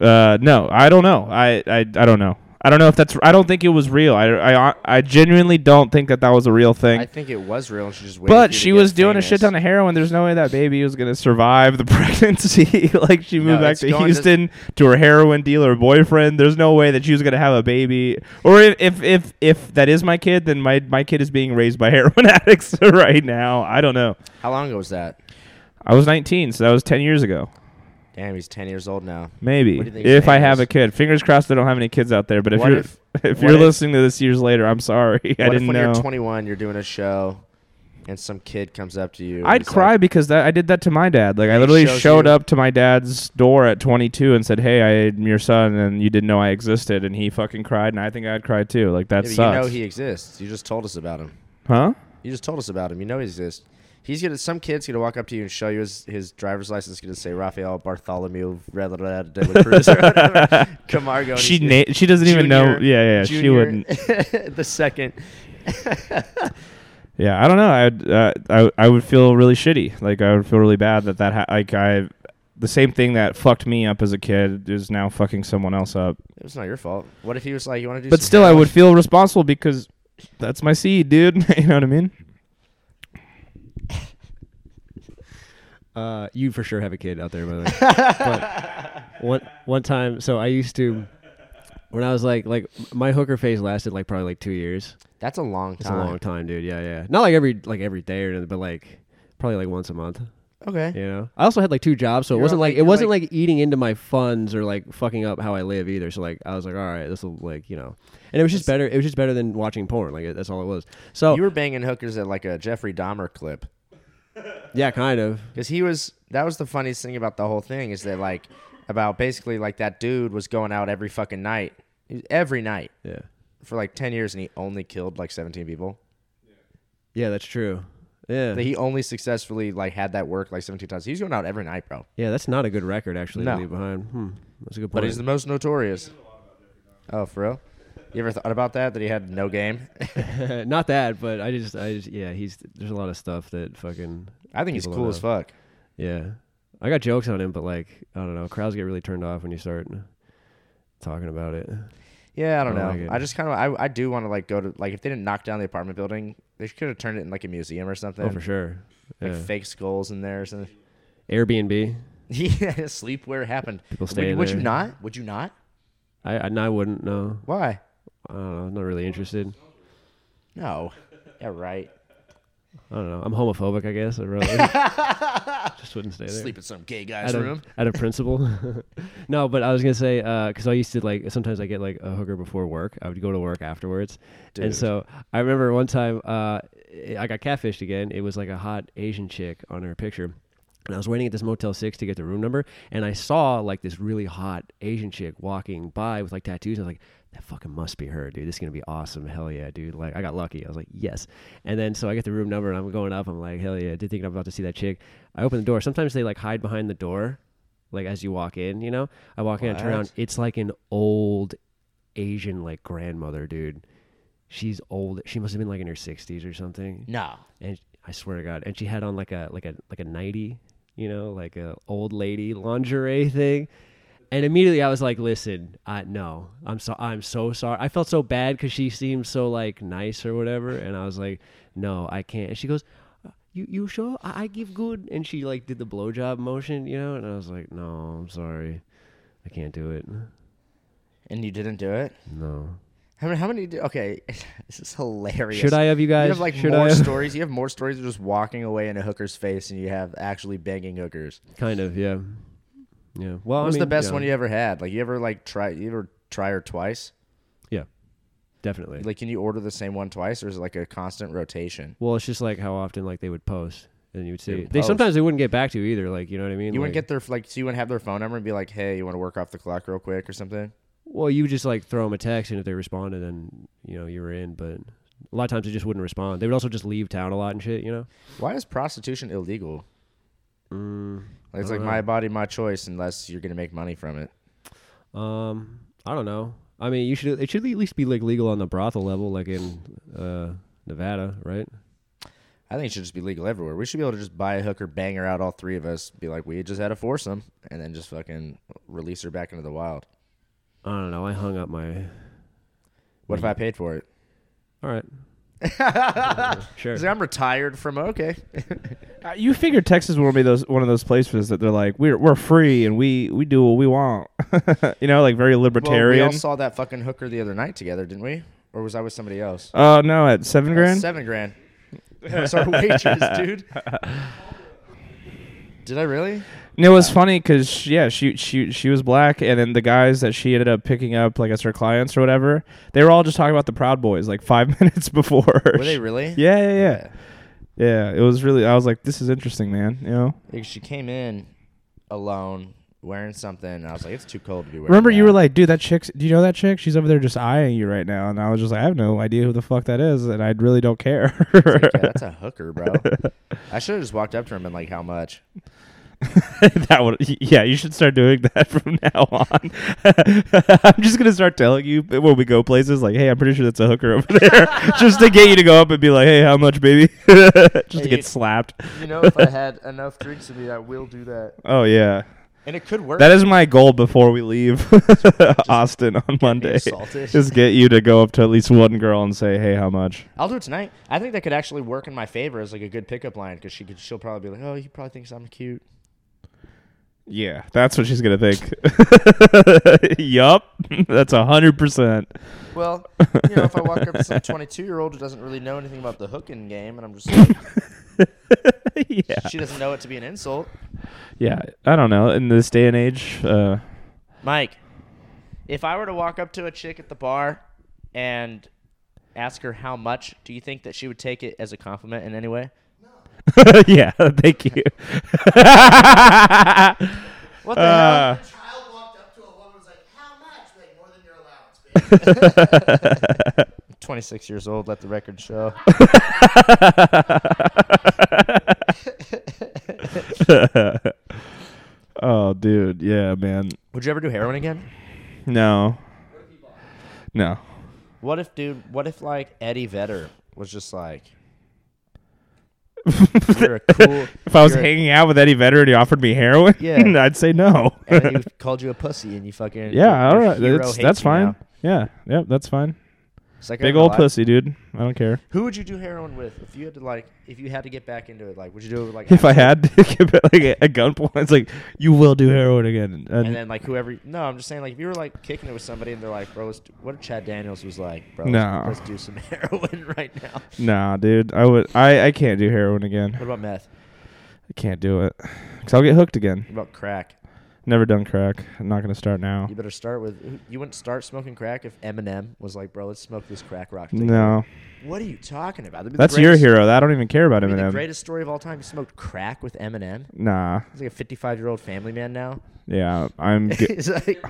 [SPEAKER 2] Uh, no, I don't know. I, I, I don't know. I don't know if that's. I don't think it was real. I, I, I genuinely don't think that that was a real thing.
[SPEAKER 1] I think it was real, and she just. waited for you
[SPEAKER 2] but
[SPEAKER 1] to
[SPEAKER 2] she
[SPEAKER 1] get
[SPEAKER 2] was doing
[SPEAKER 1] famous.
[SPEAKER 2] a shit ton of heroin. There's no way that baby was gonna survive the pregnancy. like she
[SPEAKER 1] No,
[SPEAKER 2] moved back
[SPEAKER 1] it's
[SPEAKER 2] to
[SPEAKER 1] going to-
[SPEAKER 2] Houston to her heroin dealer boyfriend. There's no way that she was gonna have a baby. Or if if if, if that is my kid, then my my kid is being raised by heroin addicts right now. I don't know.
[SPEAKER 1] How long ago was that?
[SPEAKER 2] I was 19, so that was 10 years ago.
[SPEAKER 1] Damn, he's ten years old now.
[SPEAKER 2] Maybe
[SPEAKER 1] What do you think his
[SPEAKER 2] if I
[SPEAKER 1] name
[SPEAKER 2] have
[SPEAKER 1] is?
[SPEAKER 2] a kid, fingers crossed they don't have any kids out there. But if
[SPEAKER 1] What
[SPEAKER 2] you're
[SPEAKER 1] if-
[SPEAKER 2] if,
[SPEAKER 1] what
[SPEAKER 2] you're
[SPEAKER 1] if-
[SPEAKER 2] listening to this years later, I'm sorry. I
[SPEAKER 1] what
[SPEAKER 2] didn't
[SPEAKER 1] if when
[SPEAKER 2] know.
[SPEAKER 1] you're 21, you're doing a show, and some kid comes up to you? and
[SPEAKER 2] I'd
[SPEAKER 1] he's
[SPEAKER 2] cry
[SPEAKER 1] like-
[SPEAKER 2] because that I did that to my dad. Like I
[SPEAKER 1] He
[SPEAKER 2] literally
[SPEAKER 1] shows
[SPEAKER 2] showed
[SPEAKER 1] you-
[SPEAKER 2] up to my dad's door at 22 and said, "Hey, I'm your son, and you didn't know I existed." And he fucking cried, and I think I'd cry too. Like that
[SPEAKER 1] Yeah, but
[SPEAKER 2] sucks.
[SPEAKER 1] You know he exists. You just told us about him.
[SPEAKER 2] huh?
[SPEAKER 1] You just told us about him. You know he exists. He's gonna. Some kid's gonna walk up to you and show you his, his driver's license. Gonna say Rafael Bartholomew Red de la Cruz or whatever. Camargo. and
[SPEAKER 2] She
[SPEAKER 1] he's-
[SPEAKER 2] na- she doesn't even know.
[SPEAKER 1] Junior-
[SPEAKER 2] Yeah, yeah. She
[SPEAKER 1] Junior,
[SPEAKER 2] wouldn't.
[SPEAKER 1] the second.
[SPEAKER 2] Yeah, I don't know. I'd, uh, I I would feel really shitty. Like I would feel really bad that that ha- like I the same thing that fucked me up as a kid is now fucking someone else up.
[SPEAKER 1] It was not your fault. What if he was like, you want to do?
[SPEAKER 2] But
[SPEAKER 1] some
[SPEAKER 2] still, I
[SPEAKER 1] heroin?"
[SPEAKER 2] would feel responsible because that's my seed, dude. you know what I mean?
[SPEAKER 3] Uh, you for sure have a kid out there, by the way. but one one time, so I used to when I was like like my hooker phase lasted like probably like two years.
[SPEAKER 1] That's a long
[SPEAKER 3] It's
[SPEAKER 1] time.
[SPEAKER 3] a long time, dude. Yeah, yeah. Not like every like every day or anything, but like probably like once a month.
[SPEAKER 1] Okay.
[SPEAKER 3] You know. I also had like two jobs, so it
[SPEAKER 1] You're
[SPEAKER 3] wasn't
[SPEAKER 1] like-
[SPEAKER 3] like it
[SPEAKER 1] you're
[SPEAKER 3] wasn't
[SPEAKER 1] like-
[SPEAKER 3] like eating into my funds or like fucking up how I live either. So like I was like, all right, this will like you know, and it was just better. It was just better than watching porn. Like it- that's all it was. So
[SPEAKER 2] Oh.
[SPEAKER 1] You were banging hookers at like a Jeffrey Dahmer clip.
[SPEAKER 3] yeah, kind of.
[SPEAKER 1] because he was that was the funniest thing about the whole thing is that like about basically like that dude was going out every fucking night every night
[SPEAKER 3] Yeah.
[SPEAKER 1] for like 10 years and he only killed like 17 people
[SPEAKER 3] Yeah, that's true. Yeah.
[SPEAKER 1] That he only successfully like had that work like 17 times he was going out every night bro
[SPEAKER 3] Yeah, that's not a good record actually
[SPEAKER 1] No.
[SPEAKER 3] to leave behind. Hmm. That's a good point.
[SPEAKER 1] but he's the most notorious oh for real you ever thought about that that he had no game
[SPEAKER 3] not that, but I just I just yeah, he's there's a lot of stuff that fucking
[SPEAKER 1] i think he's
[SPEAKER 3] People
[SPEAKER 1] cool
[SPEAKER 3] don't
[SPEAKER 1] as fuck
[SPEAKER 3] yeah. I got jokes on him, but like I don't know, crowds get really turned off when you start talking about it. Oh,
[SPEAKER 1] yeah i don't
[SPEAKER 3] I
[SPEAKER 1] know
[SPEAKER 3] like it.
[SPEAKER 1] i just kind of I, I do want to like go to like if they didn't knock down the apartment building they could have turned it in like a museum or something
[SPEAKER 3] oh, for sure.
[SPEAKER 1] like
[SPEAKER 3] Yeah.
[SPEAKER 1] fake skulls in there or something
[SPEAKER 3] Airbnb.
[SPEAKER 1] Yeah, sleepwear happened.
[SPEAKER 3] People
[SPEAKER 1] Would,
[SPEAKER 3] stay
[SPEAKER 1] you- would you
[SPEAKER 3] there.
[SPEAKER 1] not? Would you not?
[SPEAKER 3] I I, no, I wouldn't know.
[SPEAKER 1] Why?
[SPEAKER 3] I don't know. I'm not really interested.
[SPEAKER 1] No. Yeah, right.
[SPEAKER 3] I don't know. I'm homophobic, I guess. I really just wouldn't stay there.
[SPEAKER 1] Sleep in some gay guy's
[SPEAKER 3] out
[SPEAKER 1] room.
[SPEAKER 3] of, out of principle. no, but I was gonna say because I used to like sometimes I get like a hooker before work. I would go to work afterwards,
[SPEAKER 1] Dude.
[SPEAKER 3] and so I remember one time uh, I got catfished again. It was like a hot Asian chick on her picture. And I was waiting at this Motel 6 to get the room number, and I saw like this really hot Asian chick walking by with like tattoos. I was like, that fucking must be her, dude. This is gonna be awesome. Hell yeah, dude. Like, I got lucky. I was like, yes. And then so I get the room number, and I'm going up. I'm like, hell yeah. I did think I'm about to see that chick. I open the door. Sometimes they like hide behind the door, like as you walk in, you know? I walk in, I turn around.
[SPEAKER 1] What?
[SPEAKER 3] It's like an old Asian, like grandmother, dude. She's old. She must have been like in her 60s or something
[SPEAKER 1] No.
[SPEAKER 3] and I swear to God, and she had on like a like a like a nighty, you know, like a old lady lingerie thing. And immediately I was like, "Listen, I no, I'm so I'm so sorry. I felt so bad because she seemed so like nice or whatever, and I was like, no, I can't." And she goes, "Uh, "You you sure? I, I give good." And she like did the blowjob motion, you know, and I was like, "No, I'm sorry, I can't do it.
[SPEAKER 1] And you didn't do it?
[SPEAKER 3] No,
[SPEAKER 1] How many? How many? Do, okay, this is hilarious.
[SPEAKER 3] Should I have you guys?
[SPEAKER 1] You have like
[SPEAKER 3] should
[SPEAKER 1] more
[SPEAKER 3] I have?
[SPEAKER 1] stories. You have more stories of just walking away in a hooker's face, and you have actually banging hookers.
[SPEAKER 3] Kind of, yeah. Yeah. Well,
[SPEAKER 1] what was
[SPEAKER 3] I mean,
[SPEAKER 1] the best
[SPEAKER 3] yeah,
[SPEAKER 1] one you ever had? Like you ever like try? You ever try her twice?
[SPEAKER 3] Definitely.
[SPEAKER 1] Like can you order the same one twice, or is it like a constant rotation?
[SPEAKER 3] well, it's just like how often like they would post, and you would
[SPEAKER 1] They
[SPEAKER 3] see
[SPEAKER 1] would
[SPEAKER 3] they
[SPEAKER 1] post.
[SPEAKER 3] sometimes they wouldn't get back to you either. Like you know what I mean?
[SPEAKER 1] You wouldn't
[SPEAKER 3] Like,
[SPEAKER 1] get their like, so you wouldn't have their phone number and be like, "Hey, you want to work off the clock real quick or something?"
[SPEAKER 3] Well, you just like throw them a text, and if they responded, then you know you were in. But a lot of times they just wouldn't respond. They would also just leave town a lot and shit. You know.
[SPEAKER 1] Why is prostitution illegal?
[SPEAKER 3] Mm.
[SPEAKER 1] Like, it's
[SPEAKER 3] I
[SPEAKER 1] like
[SPEAKER 3] don't
[SPEAKER 1] my
[SPEAKER 3] know.
[SPEAKER 1] body, my choice, unless you're gonna make money from it.
[SPEAKER 3] Um, I don't know. I mean, you should it should at least be like legal on the brothel level, like in uh, Nevada, right?
[SPEAKER 1] I think it should just be legal everywhere. We should be able to just buy a hooker, bang her out, all three of us, be like, we just had a foursome, and then just fucking release her back into the wild.
[SPEAKER 3] I don't know. I hung up my.
[SPEAKER 1] What
[SPEAKER 2] Mm-hmm.
[SPEAKER 1] if I paid for it?
[SPEAKER 3] All right. sure.
[SPEAKER 1] 'Cause I'm retired from okay.
[SPEAKER 2] Uh, you figure Texas will be those one of those places that they're like we're we're free and we we do what we want. you know, like very
[SPEAKER 1] Well, we
[SPEAKER 2] libertarian.
[SPEAKER 1] all saw that fucking hooker the other night together, didn't we? Or was I with somebody else?
[SPEAKER 2] Oh no, at seven grand.
[SPEAKER 1] Seven grand. That's our waitress, dude. Did I really?
[SPEAKER 2] And it was funny because yeah, she she she was black, and then the guys that she ended up picking up like as her clients or whatever, they were all just talking about the Proud Boys like five minutes before.
[SPEAKER 1] Were they really?
[SPEAKER 2] Yeah, yeah, yeah, yeah. It was really. I was like, this is interesting, man. You know.
[SPEAKER 1] Because she came in alone, wearing something, and I was like, it's too cold to be wearing.
[SPEAKER 2] Remember, you
[SPEAKER 1] that.
[SPEAKER 2] were like, dude, that chick's. Do you know that chick? She's over there just eyeing you right now, and I was just like, I have no idea who the fuck that is, and I really don't care.
[SPEAKER 1] It's like, yeah, that's a hooker, bro. I should have just walked up to him and like, how much?
[SPEAKER 2] that would yeah you should start doing that from now on i'm just gonna start telling you when we go places like hey i'm pretty sure that's a hooker over there just to get you to go up and be like hey how much baby just to
[SPEAKER 1] Hey, you-
[SPEAKER 2] get slapped
[SPEAKER 1] You know, if I had enough drinks in me, I will do that.
[SPEAKER 2] oh yeah
[SPEAKER 1] And it could work.
[SPEAKER 2] that is my goal before we leave austin on monday
[SPEAKER 1] assaulted.
[SPEAKER 2] just get you to go up to at least one girl and say hey how much
[SPEAKER 1] I'll do it tonight. I think that could actually work in my favor as like a good pickup line because she could. She'll probably be like, "Oh, he probably thinks I'm cute."
[SPEAKER 2] yeah that's what she's gonna think yup that's a hundred percent
[SPEAKER 1] Well, you know, if I walk up to some 22 year old who doesn't really know anything about the hooking game, and I'm just like,
[SPEAKER 2] yeah
[SPEAKER 1] she doesn't know it to be an insult.
[SPEAKER 2] yeah i don't know in this day and age uh
[SPEAKER 1] Mike, if I were to walk up to a chick at the bar and ask her how much, do you think that she would take it as a compliment in any way?
[SPEAKER 2] yeah, thank you.
[SPEAKER 1] What the
[SPEAKER 2] Uh,
[SPEAKER 1] hell?
[SPEAKER 5] A child walked up to a woman and was like, How much? Like, more than your allowance, baby.
[SPEAKER 1] 26 years old, let the record show.
[SPEAKER 2] oh, dude, yeah, man.
[SPEAKER 1] Would you ever do heroin again?
[SPEAKER 2] No, no.
[SPEAKER 1] What if, dude, what if like Eddie Vedder was just like, you're a cool.
[SPEAKER 2] If I was
[SPEAKER 1] you're a-
[SPEAKER 2] hanging out with Eddie Vedder and he offered me heroin,
[SPEAKER 1] Yeah.
[SPEAKER 2] I'd say no.
[SPEAKER 1] and he called you a pussy and you fucking.
[SPEAKER 2] yeah, all
[SPEAKER 1] your
[SPEAKER 2] right,
[SPEAKER 1] hero
[SPEAKER 2] that's
[SPEAKER 1] hates
[SPEAKER 2] that's
[SPEAKER 1] you
[SPEAKER 2] fine.
[SPEAKER 1] now.
[SPEAKER 2] Yeah, yep, that's fine.
[SPEAKER 1] It's like,
[SPEAKER 2] Big
[SPEAKER 1] I'm
[SPEAKER 2] old
[SPEAKER 1] alive.
[SPEAKER 2] pussy, dude. I don't care.
[SPEAKER 1] Who would you do heroin with if you had to like if you had to get back into it? Like, would you do it with like
[SPEAKER 2] If I had to give it like a, a gunpoint, it's like you will do heroin again. And,
[SPEAKER 1] and then like whoever no i'm just saying like if you were like kicking it with somebody and they're like bro let's do, what if chad daniels was like bro let's-
[SPEAKER 2] No.
[SPEAKER 1] let's, do some heroin right now
[SPEAKER 2] nah, dude, I would. I I can't do heroin again.
[SPEAKER 1] what about meth
[SPEAKER 2] I can't do it because I'll get hooked again.
[SPEAKER 1] what about crack
[SPEAKER 2] Never done crack. I'm not gonna start now.
[SPEAKER 1] you better start with you wouldn't start smoking crack if eminem was like bro let's smoke this crack rock thing.
[SPEAKER 2] No,
[SPEAKER 1] what are you talking about That'd be the
[SPEAKER 2] that's your
[SPEAKER 1] greatest-
[SPEAKER 2] hero. I don't even care about
[SPEAKER 1] that'd be the
[SPEAKER 2] Eminem.
[SPEAKER 1] greatest story of all time you smoked crack with eminem
[SPEAKER 2] Nah,
[SPEAKER 1] he's like a 55 year old family man now
[SPEAKER 2] yeah, I'm. G-
[SPEAKER 1] he's like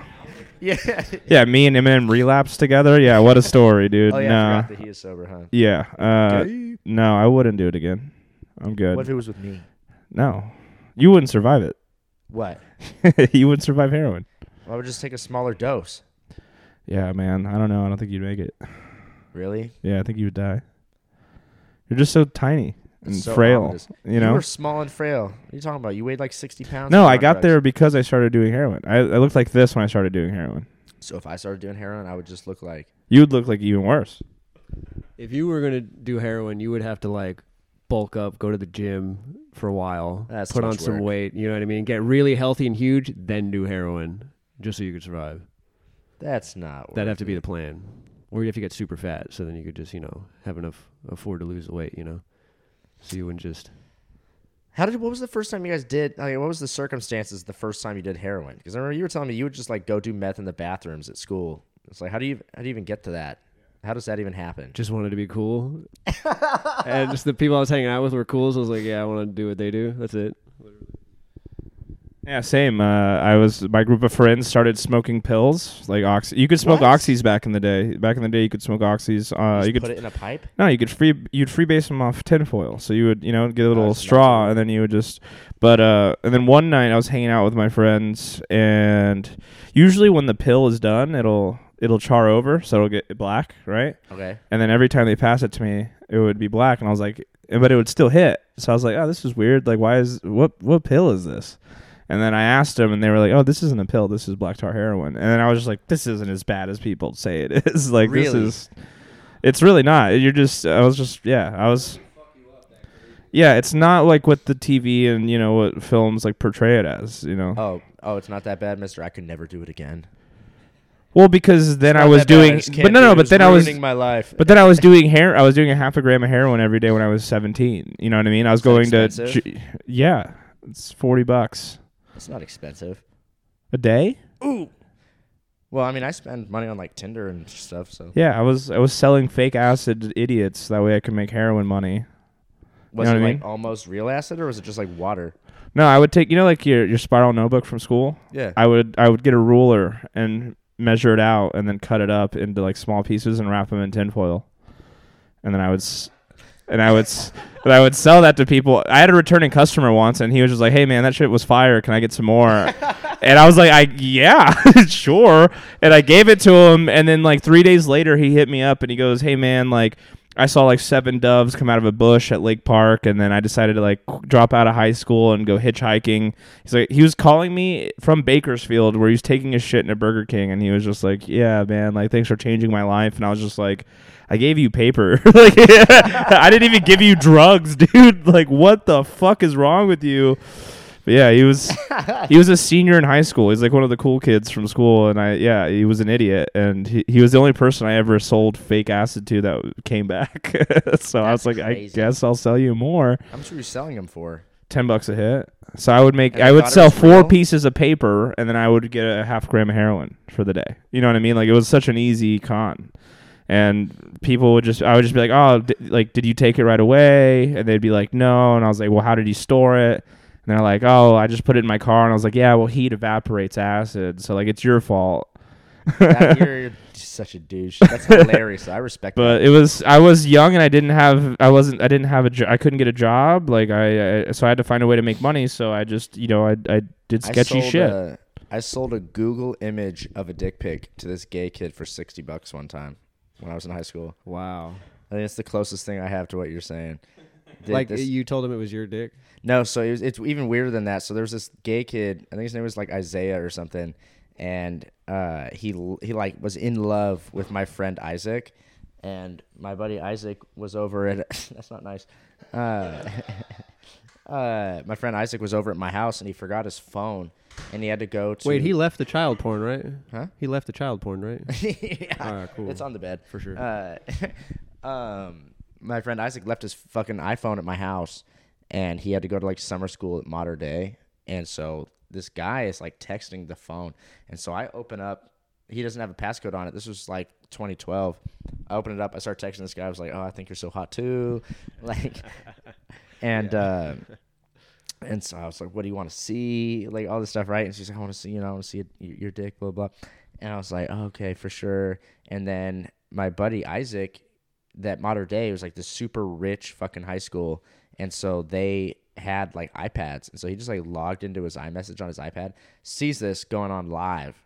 [SPEAKER 1] yeah
[SPEAKER 2] yeah, me and Eminem relapse together. Yeah, what a story, dude.
[SPEAKER 1] oh yeah i
[SPEAKER 2] nah.
[SPEAKER 1] forgot that he is sober huh
[SPEAKER 2] Yeah. Uh,
[SPEAKER 1] Gay.
[SPEAKER 2] no, I wouldn't do it again. I'm good.
[SPEAKER 1] what if it was with me
[SPEAKER 2] no, you wouldn't survive
[SPEAKER 1] what
[SPEAKER 2] it. you wouldn't survive heroin.
[SPEAKER 1] i would just take a smaller dose
[SPEAKER 2] Yeah, man. I don't know. I don't think you'd make it.
[SPEAKER 1] really
[SPEAKER 2] Yeah, I think you would die. You're just so tiny and
[SPEAKER 1] It's so
[SPEAKER 2] frail.
[SPEAKER 1] ominous.
[SPEAKER 2] You know,
[SPEAKER 1] were small and frail. What are you talking about? You weighed like 60 pounds. when
[SPEAKER 2] No,
[SPEAKER 1] you were
[SPEAKER 2] I
[SPEAKER 1] on
[SPEAKER 2] got
[SPEAKER 1] drugs.
[SPEAKER 2] there because I started doing heroin. I, I looked like this when I started doing heroin.
[SPEAKER 1] So if I started doing heroin, I would just look like.
[SPEAKER 2] You would look like even worse.
[SPEAKER 3] If you were gonna do heroin, you would have to like bulk up, go to the gym for a while,
[SPEAKER 1] That's
[SPEAKER 3] put
[SPEAKER 1] too
[SPEAKER 3] on
[SPEAKER 1] much
[SPEAKER 3] some
[SPEAKER 1] work.
[SPEAKER 3] weight. You know what I mean? Get really healthy and huge, then do heroin, just so you could survive.
[SPEAKER 1] That's not.
[SPEAKER 3] That'd
[SPEAKER 1] worth
[SPEAKER 3] have to be
[SPEAKER 1] it."
[SPEAKER 3] the plan. or you have to get super fat so then you could just you know have enough afford to lose the weight you know so you wouldn't just
[SPEAKER 1] How did? What was the first time you guys did? Like, what was the circumstances the first time you did heroin? Because I remember you were telling me you would just like go do meth in the bathrooms at school. It's like how do you how do you even get to that? How does that even happen?
[SPEAKER 3] just wanted to be cool and just the people i was hanging out with were cool so i was like yeah i want to do what they do that's it
[SPEAKER 2] Yeah, same. Uh, I was my group of friends started smoking pills like oxy. You could smoke
[SPEAKER 1] What?
[SPEAKER 2] oxys back in the day. Back in the day, you could smoke oxys. Uh,
[SPEAKER 1] Just
[SPEAKER 2] you could
[SPEAKER 1] put it in a pipe.
[SPEAKER 2] No, you could free you'd free base them off tinfoil. So you would you know get a little
[SPEAKER 1] that's
[SPEAKER 2] straw
[SPEAKER 1] nice.
[SPEAKER 2] and then you would just. But uh, and then one night I was hanging out with my friends and usually when the pill is done, it'll it'll char over, so it'll get black, right?
[SPEAKER 1] Okay.
[SPEAKER 2] And then every time they pass it to me, it would be black, and I was like, but it would still hit. So I was like, oh, this is weird. Like, why is what what pill is this? And then I asked them, and they were like, oh, this isn't a pill. This is black tar heroin. And then I was just like, this isn't as bad as people say it is. like, this
[SPEAKER 1] Really?
[SPEAKER 2] is. It's really not. You're just. I was just. Yeah, I was. Yeah, it's not like what the TV and you know what films like portray it as. You know.
[SPEAKER 1] Oh, oh, it's not that bad, Mister. I could never do it again.
[SPEAKER 2] Well, because then
[SPEAKER 1] Not
[SPEAKER 2] I was
[SPEAKER 1] that bad,
[SPEAKER 2] doing.
[SPEAKER 1] just
[SPEAKER 2] but
[SPEAKER 1] can't
[SPEAKER 2] no,
[SPEAKER 1] do it.
[SPEAKER 2] no.
[SPEAKER 1] It
[SPEAKER 2] But
[SPEAKER 1] was
[SPEAKER 2] then I was.
[SPEAKER 1] ruining my life.
[SPEAKER 2] But then I was doing hair. I was doing a half a gram of heroin every day when I was seventeen. You know what I mean? I was
[SPEAKER 1] that
[SPEAKER 2] going to.
[SPEAKER 1] expensive?
[SPEAKER 2] G- yeah, it's forty bucks
[SPEAKER 1] it's not expensive.
[SPEAKER 2] a day.
[SPEAKER 1] Well, I mean, I spend money on like Tinder and stuff. So
[SPEAKER 2] Yeah, I was I was selling fake acid to idiots. That way I could make heroin money.
[SPEAKER 1] was
[SPEAKER 2] know
[SPEAKER 1] it
[SPEAKER 2] what I
[SPEAKER 1] like
[SPEAKER 2] mean?
[SPEAKER 1] almost real acid, or was it just like water?
[SPEAKER 2] No, I would take you know like your your spiral notebook from school.
[SPEAKER 1] Yeah.
[SPEAKER 2] I would I would get a ruler and measure it out and then cut it up into like small pieces and wrap them in tinfoil, and then I would s- and I would s- and I would sell that to people. I had a returning customer once, and he was just like, "Hey man, that shit was fire. Can I get some more?" and I was like, "I yeah, sure." And I gave it to him, and then like three days later, he hit me up and he goes, "Hey man, like." I saw like seven doves come out of a bush at Lake Park, and then I decided to like drop out of high school and go hitchhiking. He's like, he was calling me from Bakersfield where he was taking his shit in a Burger King, and he was just like, "Yeah, man, like thanks for changing my life." And I was just like, "I gave you paper, like I didn't even give you drugs, dude. Like what the fuck is wrong with you?" But yeah, he was he was a senior in high school. He's like one of the cool kids from school, and I yeah, he was an idiot, and he, he was the only person I ever sold fake acid to that came back. so I
[SPEAKER 1] That's
[SPEAKER 2] was like,
[SPEAKER 1] crazy.
[SPEAKER 2] I guess I'll sell you more.
[SPEAKER 1] How much were you selling them for?
[SPEAKER 2] Ten bucks a hit. So I would make
[SPEAKER 1] And
[SPEAKER 2] I
[SPEAKER 1] they
[SPEAKER 2] would
[SPEAKER 1] thought it
[SPEAKER 2] sell
[SPEAKER 1] was
[SPEAKER 2] four
[SPEAKER 1] real?
[SPEAKER 2] pieces of paper and then I would get a half gram of heroin for the day. You know what I mean? Like it was such an easy con. And people would just I would just be like, "Oh, d- like did you take it right away?" And they'd be like, "No." And I was like, "Well, how did you store it?" And they're like, "Oh, I just put it in my car." And I was like, "Yeah, well, heat evaporates acid. So like it's your fault."
[SPEAKER 1] That, you're, you're such a douche. That's hilarious. I respect.
[SPEAKER 2] but it was I was young and I didn't have I wasn't I didn't have a jo- I couldn't get a job like I, I so I had to find a way to make money so I just you know I I did
[SPEAKER 1] I
[SPEAKER 2] sketchy
[SPEAKER 1] sold
[SPEAKER 2] shit.
[SPEAKER 1] A, I sold a Google image of a dick pic to this gay kid for sixty bucks one time when I was in high school.
[SPEAKER 3] wow
[SPEAKER 1] I think it's the closest thing I have to what you're saying. Did
[SPEAKER 3] like
[SPEAKER 1] this-
[SPEAKER 3] you told him it was your dick
[SPEAKER 1] no, so it was, it's even weirder than that. So there was this gay kid. I think his name was like Isaiah or something, and uh, he l- he like was in love with my friend Isaac, and my buddy Isaac was over at. that's not nice. Uh, uh, my friend Isaac was over at my house, and he forgot his phone, and he had to go to.
[SPEAKER 3] wait he left the child porn right
[SPEAKER 1] Huh?
[SPEAKER 3] he left the child porn right
[SPEAKER 1] yeah.
[SPEAKER 3] Alright, cool.
[SPEAKER 1] It's on the bed
[SPEAKER 3] For sure.
[SPEAKER 1] Uh, um, my friend Isaac left his fucking iPhone at my house, and he had to go to like summer school at Modern Day, and so this guy is like texting the phone, and so I open up. He doesn't have a passcode on it. This was like 2012. I open it up. I start texting this guy. I was like, "Oh, I think you're so hot too," like, and. Uh, and so I was like, "What do you want to see?" Like all this stuff, right? And she's like, "I want to see, you know, I want to see your your dick, blah blah." And I was like, oh, "Okay, for sure." And then my buddy Isaac, that modern day was like the super rich fucking high school, and so they had like iPads, and so he just like logged into his iMessage on his iPad, sees this going on live,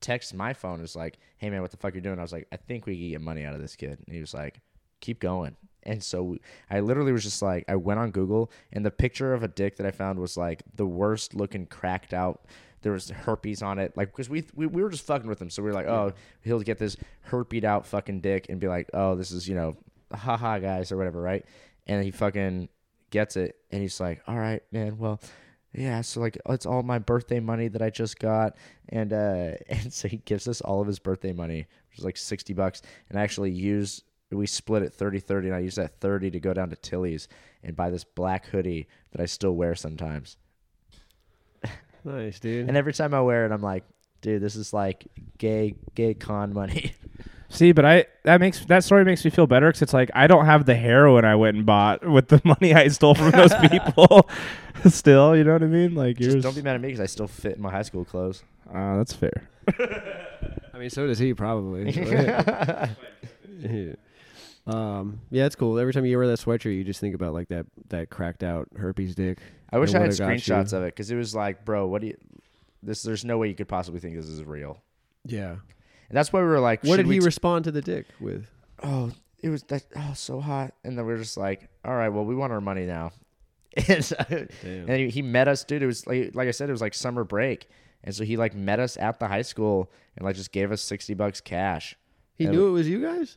[SPEAKER 1] texts my phone, is like, "Hey man, what the fuck you doing?" I was like, "I think we can get money out of this kid," and he was like, keep going. And so I literally was just like, I went on Google, and the picture of a dick that I found was like the worst looking, cracked out. There was herpes on it, like because we, we we were just fucking with him, so we were like, oh, he'll get this herped out fucking dick and be like, oh, this is you know, haha guys or whatever, right? And he fucking gets it, and he's like, all right, man, well, yeah, so like oh, it's all my birthday money that I just got, and uh, and so he gives us all of his birthday money, which is like sixty bucks, and I actually use we split it 30-30, and I use that thirty to go down to Tilly's and buy this black hoodie that I still wear sometimes,
[SPEAKER 3] Nice, dude.
[SPEAKER 1] and every time I wear it, I'm like, dude, this is like gay gay con money.
[SPEAKER 2] See, but I that makes that story makes me feel better because it's like I don't have the heroin I went and bought with the money I stole from those people. Still, you know what I mean? Like yours.
[SPEAKER 1] Just don't be mad at me because I still fit in my high school clothes.
[SPEAKER 2] uh, that's fair.
[SPEAKER 3] I mean, so does he probably. Yeah. um, yeah, it's cool. Every time you wear that sweatshirt, you just think about like that that cracked out herpes dick.
[SPEAKER 1] I wish
[SPEAKER 3] and
[SPEAKER 1] I
[SPEAKER 3] what
[SPEAKER 1] had
[SPEAKER 3] it got you.
[SPEAKER 1] screenshots of it because it was like, bro, what do you? This there's no way you could possibly think this is real.
[SPEAKER 3] Yeah.
[SPEAKER 1] And that's why we were like,
[SPEAKER 3] What
[SPEAKER 1] should
[SPEAKER 3] did
[SPEAKER 1] we
[SPEAKER 3] he
[SPEAKER 1] t-
[SPEAKER 3] respond to the dick with?
[SPEAKER 1] oh, it was that. Oh, so hot. And then we were just like, all right, well, we want our money now. and uh, so- and he, he met us, dude. It was like, like I said, it was like summer break, and so he like met us at the high school and like just gave us sixty bucks cash.
[SPEAKER 3] He
[SPEAKER 1] And-
[SPEAKER 3] knew it was you guys.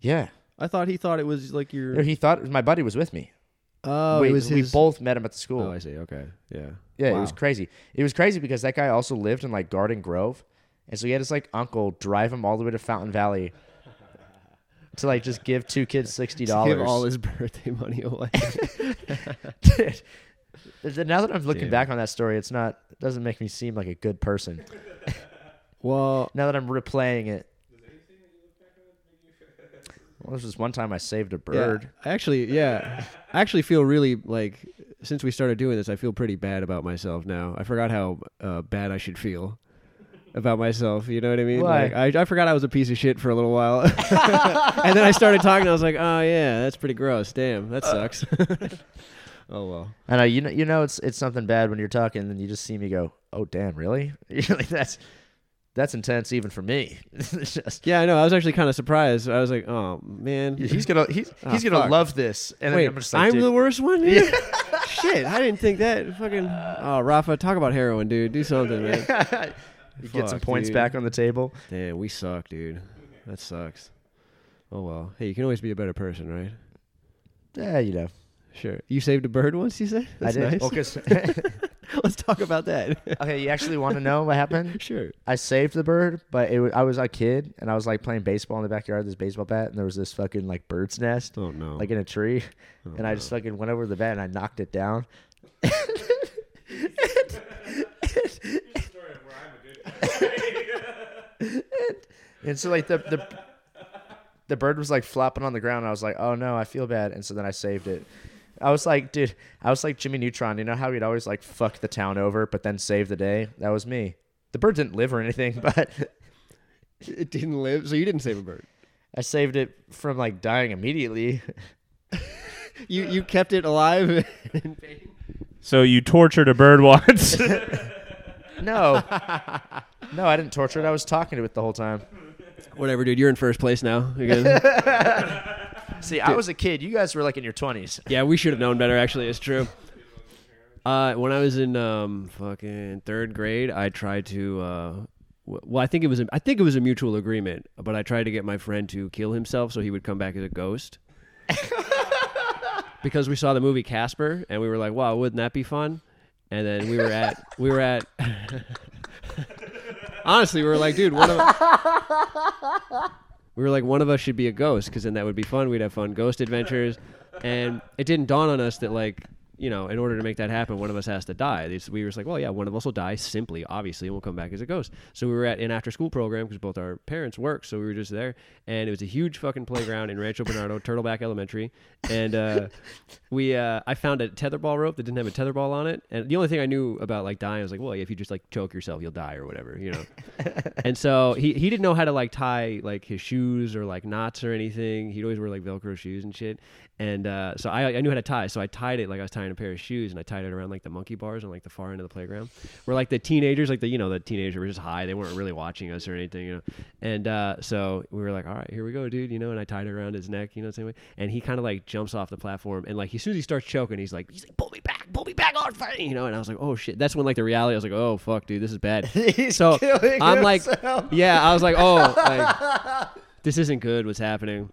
[SPEAKER 1] Yeah,
[SPEAKER 3] I thought he thought it was like
[SPEAKER 1] No,
[SPEAKER 3] your.
[SPEAKER 1] he thought my buddy was with me.
[SPEAKER 3] Oh,
[SPEAKER 1] we,
[SPEAKER 3] it was
[SPEAKER 1] we
[SPEAKER 3] his.
[SPEAKER 1] both met him at the school.
[SPEAKER 3] oh, I see. Okay. Yeah.
[SPEAKER 1] Yeah, it
[SPEAKER 3] Wow.
[SPEAKER 1] was crazy. It was crazy because that guy also lived in like Garden Grove, and so he had his like uncle drive him all the way to Fountain Valley to like just give two kids sixty
[SPEAKER 3] Just Give all
[SPEAKER 1] dollars.
[SPEAKER 3] his birthday money away.
[SPEAKER 1] now that I'm looking
[SPEAKER 3] Damn.
[SPEAKER 1] back on that story, it's not it doesn't make me seem like a good person.
[SPEAKER 3] well,
[SPEAKER 1] Now that I'm replaying it. Well, there's this one time I saved a bird.
[SPEAKER 3] Yeah, actually, yeah. I actually feel really like since we started doing this, I feel pretty bad about myself now. I forgot how uh, bad I should feel about myself. You know what I mean?
[SPEAKER 1] Why?
[SPEAKER 3] Like I, I forgot I was a piece of shit for a little while, and then I started talking. I was like, oh yeah, that's pretty gross. Damn, that sucks. oh well.
[SPEAKER 1] I know you know you know it's it's something bad when you're talking, and you just see me go, "Oh damn, really?" You're like that's that's intense even for me. It's just-
[SPEAKER 3] Yeah, I know. I was actually kind of surprised. I was like, oh man.
[SPEAKER 1] He's gonna he's
[SPEAKER 3] Ah,
[SPEAKER 1] he's gonna
[SPEAKER 3] fuck.
[SPEAKER 1] love this. And
[SPEAKER 3] Wait,
[SPEAKER 1] then I'm just like, dude,
[SPEAKER 3] the worst one. Dude? Shit, I didn't think that. Fucking, oh Rafa, talk about heroin, dude. Do something, man.
[SPEAKER 1] you get some
[SPEAKER 3] fuck,
[SPEAKER 1] points
[SPEAKER 3] dude.
[SPEAKER 1] back on the table.
[SPEAKER 3] Damn, we suck, dude. That sucks. Oh well. Hey, you can always be a better person, right?
[SPEAKER 1] Yeah, you know,
[SPEAKER 3] Sure. You saved a bird once, you said? That's
[SPEAKER 1] I did.
[SPEAKER 3] nice.
[SPEAKER 1] Well, 'cause-
[SPEAKER 3] Let's talk about that.
[SPEAKER 1] okay, you actually want to know what happened?
[SPEAKER 3] sure.
[SPEAKER 1] I saved the bird, but it wa- I was a kid and I was like playing baseball in the backyard with this baseball bat, and there was this fucking like bird's nest
[SPEAKER 3] Oh no.
[SPEAKER 1] like in a tree, and I just fucking went over the bat and I knocked it down.
[SPEAKER 4] Here's a story of where I'm a good guy.
[SPEAKER 1] And so like the the the bird was like flopping on the ground. And I was like, oh no, I feel bad. And so then I saved it. I was like, dude, I was like Jimmy Neutron. You know how he'd always like fuck the town over, but then save the day. That was me. The bird didn't live or anything, but
[SPEAKER 3] it didn't live, so you didn't save a bird.
[SPEAKER 1] I saved it from like dying immediately.
[SPEAKER 3] You you kept it alive.
[SPEAKER 2] So you tortured a bird once.
[SPEAKER 1] No, no, I didn't torture it. I was talking to it the whole time.
[SPEAKER 3] Whatever, dude. You're in first place now. Again.
[SPEAKER 1] See, I was a kid. You guys were like in your twenties.
[SPEAKER 3] yeah, we should have known better. Actually, it's true. Uh, when I was in um fucking third grade, I tried to uh, w- well, I think it was a, I think it was a mutual agreement, but I tried to get my friend to kill himself so he would come back as a ghost. because we saw the movie Casper and we were like, wow, wouldn't that be fun? And then we were at we were at honestly, we were like, dude, one of we were like, one of us should be a ghost because then that would be fun. We'd have fun ghost adventures, and it didn't dawn on us that like. You know, in order to make that happen, one of us has to die. It's- We were just like, well, yeah, one of us will die simply, obviously, and we'll come back as a ghost. So we were at an after-school program because both our parents worked, so we were just there, and it was a huge fucking playground in Rancho Bernardo, Turtleback Elementary, and uh, we uh, I found a tetherball rope that didn't have a tetherball on it, and the only thing I knew about like dying was like, well, if you just like choke yourself, you'll die or whatever, you know. and so he, he didn't know how to like tie like his shoes or like knots or anything. He'd always wear like Velcro shoes and shit. And uh, so I, I knew how to tie. So I tied it like I was tying a pair of shoes and I tied it around like the monkey bars on like the far end of the playground where like the teenagers, like the, you know, the teenagers were just high. They weren't really watching us or anything, you know. And uh, so we were like, all right, here we go, dude, you know. And I tied it around his neck, you know, same way. And he kind of like jumps off the platform and like as soon as he starts choking, he's like, he's like, pull me back, pull me back on fire, you know. And I was like, oh shit. That's when like the reality, I was like, oh fuck, dude, this is bad. so
[SPEAKER 1] killing
[SPEAKER 3] I'm like,
[SPEAKER 1] himself.
[SPEAKER 3] yeah, I was like, oh, like, this isn't good. What's happening?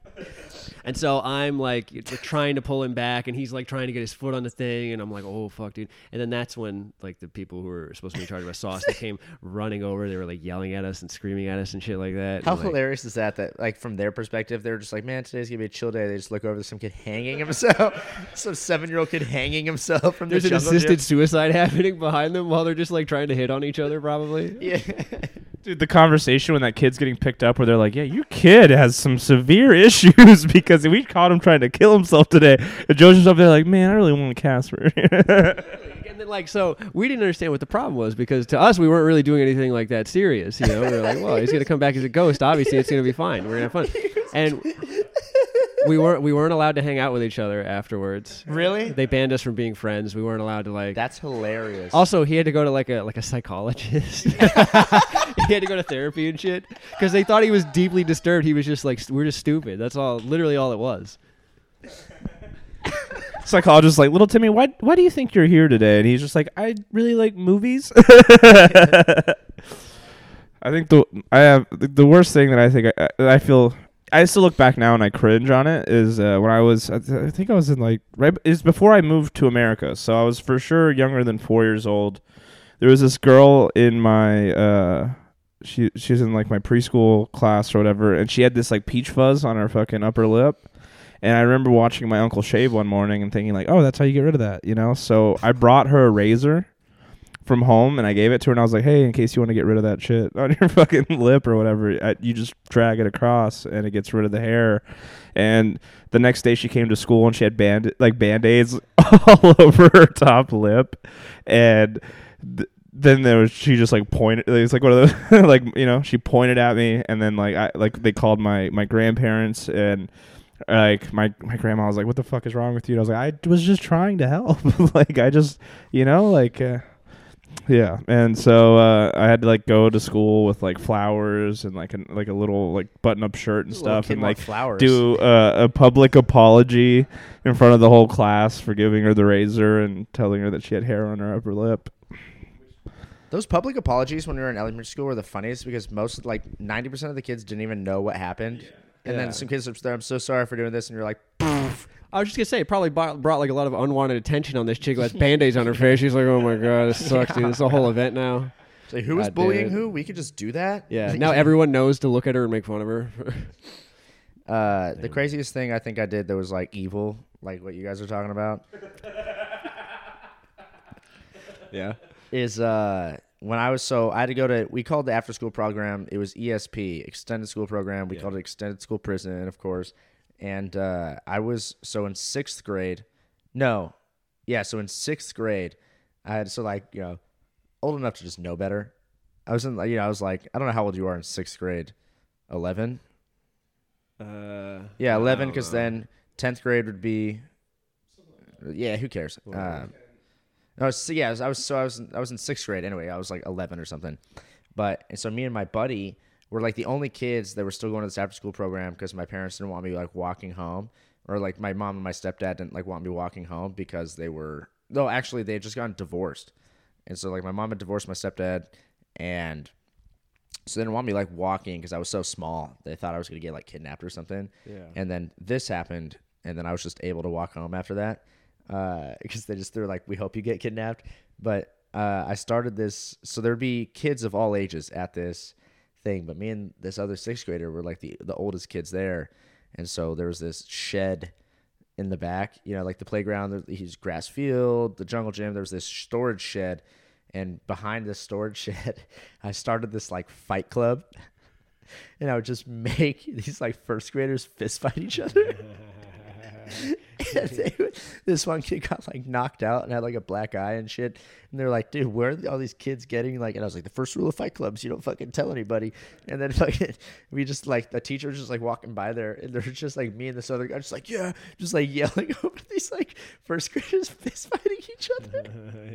[SPEAKER 3] And so I'm like trying to pull him back, and he's like trying to get his foot on the thing, and I'm like, oh fuck, dude. And then that's when like the people who were supposed to be in charge of our sauce they came running over. They were like yelling at us and screaming at us and shit like that.
[SPEAKER 1] How
[SPEAKER 3] and, like,
[SPEAKER 1] hilarious is that? That like from their perspective, they're just like, "Man, today's gonna be a chill day." They just look over there's some kid hanging himself, some seven-year-old kid hanging himself from
[SPEAKER 3] There's
[SPEAKER 1] the
[SPEAKER 3] an
[SPEAKER 1] jungle
[SPEAKER 3] assisted suicide happening behind them while they're just like trying to hit on each other, probably.
[SPEAKER 1] gym. Yeah.
[SPEAKER 2] Dude, the conversation when that kid's getting picked up, where they're like, "Yeah, your kid has some severe issues because we caught him trying to kill himself today." And Joe's just up there like, "Man, I really want Casper."
[SPEAKER 3] And then like so we didn't understand what the problem was because to us we weren't really doing anything like that serious, you know. We were like, well, he's gonna come back as a ghost. Obviously, it's gonna be fine. We're gonna have fun. And we weren't we weren't allowed to hang out with each other afterwards.
[SPEAKER 1] Really?
[SPEAKER 3] They banned us from being friends. We weren't allowed to like.
[SPEAKER 1] That's hilarious.
[SPEAKER 3] also, he had to go to like a like a psychologist. he had to go to therapy and shit because they thought he was deeply disturbed. He was just like st- we're just stupid. That's all, literally all it was.
[SPEAKER 2] Psychologist's like, "Little Timmy, why why do you think you're here today?" And he's just like, "I really like movies." I think the I have the- the worst thing that I think I, that I feel I still look back now and I cringe on it is uh, when I was I, th- I think I was in like right is before I moved to America, so I was for sure younger than four years old. There was this girl in my uh, she she was in like my preschool class or whatever, and she had this like peach fuzz on her fucking upper lip. And I remember watching my uncle shave one morning and thinking like, oh, that's how you get rid of that, you know. So I brought her a razor from home and I gave it to her and I was like, hey, in case you want to get rid of that shit on your fucking lip or whatever, I, you just drag it across and it gets rid of the hair. And the next day she came to school and she had band like band aids all over her top lip, and. Th- then there was she just like pointed it's like one of those like you know she pointed at me and then like i like they called my my grandparents and like my my grandma was like what the fuck is wrong with you and i was like i was just trying to help like i just you know like uh, yeah, and so uh, I had to like go to school with like flowers and like a, like a little like button up shirt and
[SPEAKER 1] Little
[SPEAKER 2] stuff,
[SPEAKER 1] kid
[SPEAKER 2] and
[SPEAKER 1] want
[SPEAKER 2] like
[SPEAKER 1] flowers.
[SPEAKER 2] do uh, a public apology in front of the whole class for giving her the razor and telling her that she had hair on her upper lip.
[SPEAKER 1] Those public apologies when we were in elementary school were the funniest because most, like, 90% of the kids didn't even know what happened. And
[SPEAKER 3] Yeah.
[SPEAKER 1] then some kids are there, I'm so sorry for doing this. And you're like, "Poof."
[SPEAKER 3] I was just gonna say, it probably brought, brought like a lot of unwanted attention on this chick who has band-aids on her face. She's like, "Oh my god, this sucks, dude. This is a whole event now."
[SPEAKER 1] It's like, who was
[SPEAKER 3] God,
[SPEAKER 1] bullying
[SPEAKER 3] dude.
[SPEAKER 1] who? We could just do that.
[SPEAKER 3] Yeah. Now everyone knows to look at her and make fun of her.
[SPEAKER 1] Uh, the craziest thing I think I did that was, like, evil, like what you guys are talking about,
[SPEAKER 3] yeah.
[SPEAKER 1] is uh, when I was so, I had to go to, we called the after school program, it was ESP, extended school program. We called it extended school prison, of course. And uh, I was, so in sixth grade, no, yeah, so in sixth grade, I had, so, like, you know, old enough to just know better. I was in, like, you know, I was like, I don't know how old you are in sixth grade, eleven.
[SPEAKER 3] Uh,
[SPEAKER 1] Yeah, eleven, because then tenth grade would be. Yeah, who cares? Um, no, so yeah, I was, I was so I was in- I was in sixth grade anyway. I was like eleven or something, but and so me and my buddy were like the only kids that were still going to this after school program because my parents didn't want me like walking home, or like my mom and my stepdad didn't like want me walking home because they were no, actually they had just gotten divorced, and so like my mom had divorced my stepdad, and so they didn't want me like walking because I was so small. They thought I was gonna get like kidnapped or something.
[SPEAKER 3] Yeah.
[SPEAKER 1] And then this happened, and then I was just able to walk home after that because they just they're like, "We hope you get kidnapped." But uh, I started this, so there'd be kids of all ages at this thing, but me and this other sixth grader were like the the oldest kids there, and so there was this shed in the back, you know, like the playground, there- he's grass field, the jungle gym. There was this storage shed, and behind this storage shed, I started this like fight club, and I would just make these like first graders fist fight each other. And they would- this one kid got like knocked out and had like a black eye and shit. And they're like, dude, where are all these kids getting like? And I was like, the first rule of Fight Clubs, you don't fucking tell anybody. And then fucking, we just like the teacher was just like walking by there, and there's just like me and this other guy, just like yeah, just like yelling over these like first graders fist fighting each other.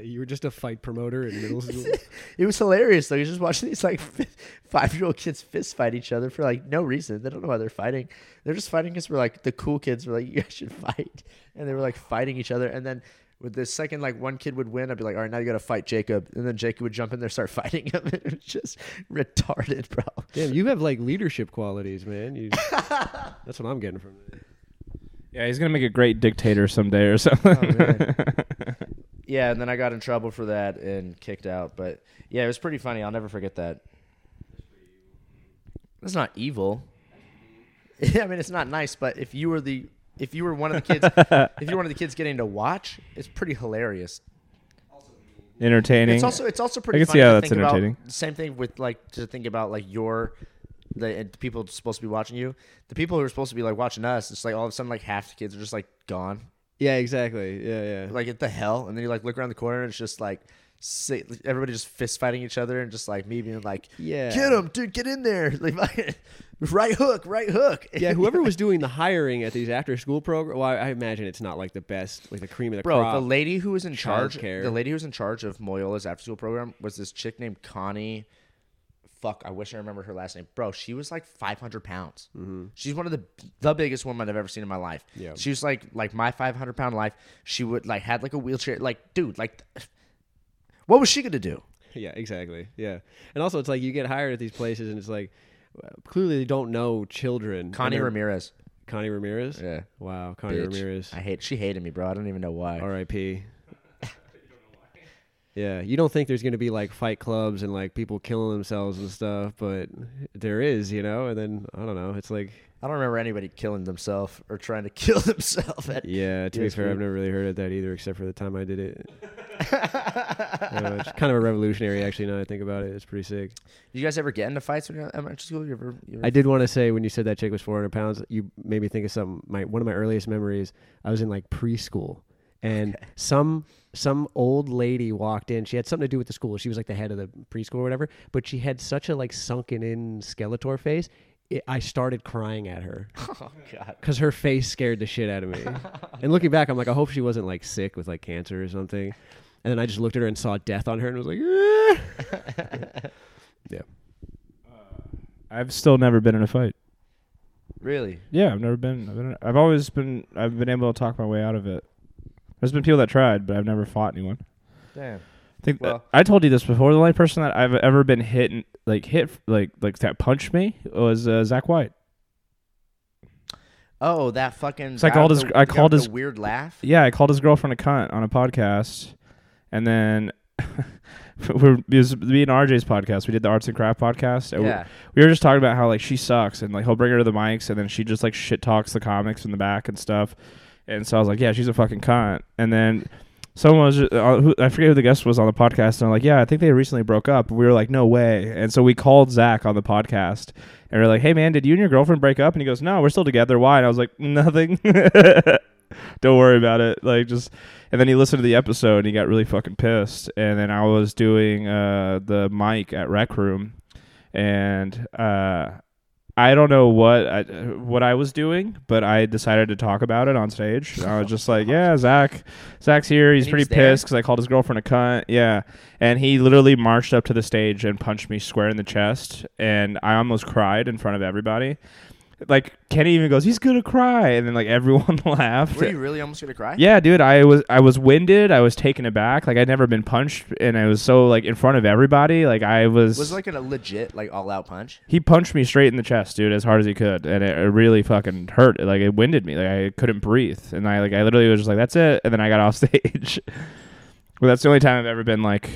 [SPEAKER 3] you were just a fight promoter in middle school.
[SPEAKER 1] It was hilarious though. You're just watching these like five year old kids fist fight each other for like no reason. They don't know why they're fighting. They're just fighting because we're like the cool kids were like you guys should fight, and they were like fighting each other. And then with the second like one kid would win, I'd be like, all right, now you got to fight Jacob, and then Jacob would jump in there and start fighting him. It was just retarded, bro.
[SPEAKER 3] Damn, you have like leadership qualities, man. You, that's what I'm getting from it.
[SPEAKER 2] Yeah, he's gonna make a great dictator someday or something.
[SPEAKER 1] Oh, man. yeah, and then I got in trouble for that and kicked out. But yeah, it was pretty funny. I'll never forget that. That's not evil. Yeah, I mean it's not nice, but if you were the if you were one of the kids if you're one of the kids getting to watch, it's pretty hilarious.
[SPEAKER 2] Entertaining.
[SPEAKER 1] It's also it's also pretty.
[SPEAKER 2] can see
[SPEAKER 1] funny
[SPEAKER 2] how
[SPEAKER 1] to
[SPEAKER 2] that's
[SPEAKER 1] think about-
[SPEAKER 2] entertaining.
[SPEAKER 1] Same thing with like to think about like your the and people supposed to be watching you. The people who are supposed to be like watching us, it's like all of a sudden like half the kids are just like gone.
[SPEAKER 3] Yeah, exactly. Yeah, yeah.
[SPEAKER 1] Like at the hell, and then you like look around the corner and it's just like si everybody just fist fighting each other and just like me being like,
[SPEAKER 3] Yeah.
[SPEAKER 1] get him, dude, get in there, like right hook, right hook.
[SPEAKER 3] yeah, whoever was doing the hiring at these after school program, well, I, I imagine it's not like the best, like the cream of the
[SPEAKER 1] Bro,
[SPEAKER 3] crop.
[SPEAKER 1] the lady who was in charge,
[SPEAKER 3] Childcare.
[SPEAKER 1] the lady who was in charge of Moyola's after school program was this chick named Connie. Fuck, I wish I remember her last name. Bro, she was like 500 pounds. She's one of the the biggest women I've ever seen in my life.
[SPEAKER 3] Mm-hmm. Yeah.
[SPEAKER 1] she was like like my 500 pound life. She would like had like a wheelchair. Like, dude, like, what was she gonna do?
[SPEAKER 3] yeah, exactly. Yeah, and also it's like you get hired at these places, and it's like uh, clearly they don't know children. and
[SPEAKER 1] Connie
[SPEAKER 3] they're-
[SPEAKER 1] Ramirez.
[SPEAKER 3] Connie Ramirez.
[SPEAKER 1] Yeah.
[SPEAKER 3] Wow, Connie
[SPEAKER 1] Bitch.
[SPEAKER 3] Ramirez.
[SPEAKER 1] I hate. She hated me, bro. I don't even know why.
[SPEAKER 3] R.I.P. yeah, you don't think there's gonna be like fight clubs and like people killing themselves and stuff, but there is, you know. And then I don't know. It's like
[SPEAKER 1] I don't remember anybody killing themselves or trying to kill themselves. at-
[SPEAKER 3] Yeah, to be
[SPEAKER 1] Yes,
[SPEAKER 3] fair,
[SPEAKER 1] we-
[SPEAKER 3] I've never really heard of that either, except for the time I did it. Uh, it's kind of a revolutionary, actually. Now that I think about it, it's pretty sick.
[SPEAKER 1] You guys ever get into fights when you're at elementary school? You ever? You ever
[SPEAKER 3] I did want to say when you said that chick was 400 pounds, you made me think of some. My one of my earliest memories. I was in like preschool, and some some old lady walked in. She had something to do with the school. She was like the head of the preschool or whatever. But she had such a like sunken in Skeletor face. It, I started crying at her.
[SPEAKER 1] Oh God.
[SPEAKER 3] because her face scared the shit out of me. and looking back, I'm like, I hope she wasn't like sick with like cancer or something. And then I just looked at her and saw death on her and was like, "Ah." yeah,
[SPEAKER 2] I've still never been in a fight.
[SPEAKER 1] Really?
[SPEAKER 2] Yeah, I've never been. I've, been, I've always been. I've been able to talk my way out of it. There's been people that tried, but I've never fought anyone.
[SPEAKER 1] Damn.
[SPEAKER 2] I think
[SPEAKER 1] Well-
[SPEAKER 2] I told you this before. The only person that I've ever been hit, and, like hit, like like that punched me was uh, Zach White.
[SPEAKER 1] Oh, that fucking.
[SPEAKER 2] It's like
[SPEAKER 1] guy
[SPEAKER 2] all
[SPEAKER 1] with
[SPEAKER 2] this-
[SPEAKER 1] the-
[SPEAKER 2] I
[SPEAKER 1] the guy with
[SPEAKER 2] called
[SPEAKER 1] the
[SPEAKER 2] his-
[SPEAKER 1] weird laugh.
[SPEAKER 2] Yeah, I called his girlfriend a cunt on a podcast, and then we're it was me and RJ's podcast. We did the arts and craft podcast. and we-
[SPEAKER 1] Yeah.
[SPEAKER 2] we were just talking about how like she sucks, and like he'll bring her to the mics, and then she just like shit talks the comics in the back and stuff. And so I was like, yeah, she's a fucking cunt. And then someone was, uh, who, I forget who the guest was on the podcast, and I'm like, yeah, I think they recently broke up. And we were like, no way. And so we called Zach on the podcast, and we are like, hey man, did you and your girlfriend break up? And he goes, no, we're still together. Why? And I was like, nothing. Don't worry about it. Like just, and then he listened to the episode and he got really fucking pissed. And then I was doing uh, the mic at Rec Room, and uh, I don't know what I, what I was doing, but I decided to talk about it on stage. And I was just like, "Yeah, Zach, Zach's here. He's
[SPEAKER 1] And he
[SPEAKER 2] pretty
[SPEAKER 1] was there?
[SPEAKER 2] pissed because I called his girlfriend a cunt." Yeah, and he literally marched up to the stage and punched me square in the chest, and I almost cried in front of everybody. Like Kenny even goes, "He's gonna cry," and then like everyone laughed.
[SPEAKER 1] Were you really almost gonna cry?
[SPEAKER 2] Yeah, dude, I was I was winded. I was taken aback. Like I'd never been punched, and I was so like in front of everybody. Like I was.
[SPEAKER 1] Was it like a legit like all out punch.
[SPEAKER 2] he punched me straight in the chest, dude, as hard as he could, and it, it really fucking hurt. Like it winded me. Like I couldn't breathe, and I like I literally was just like, "That's it," and then I got off stage. well, that's the only time I've ever been like,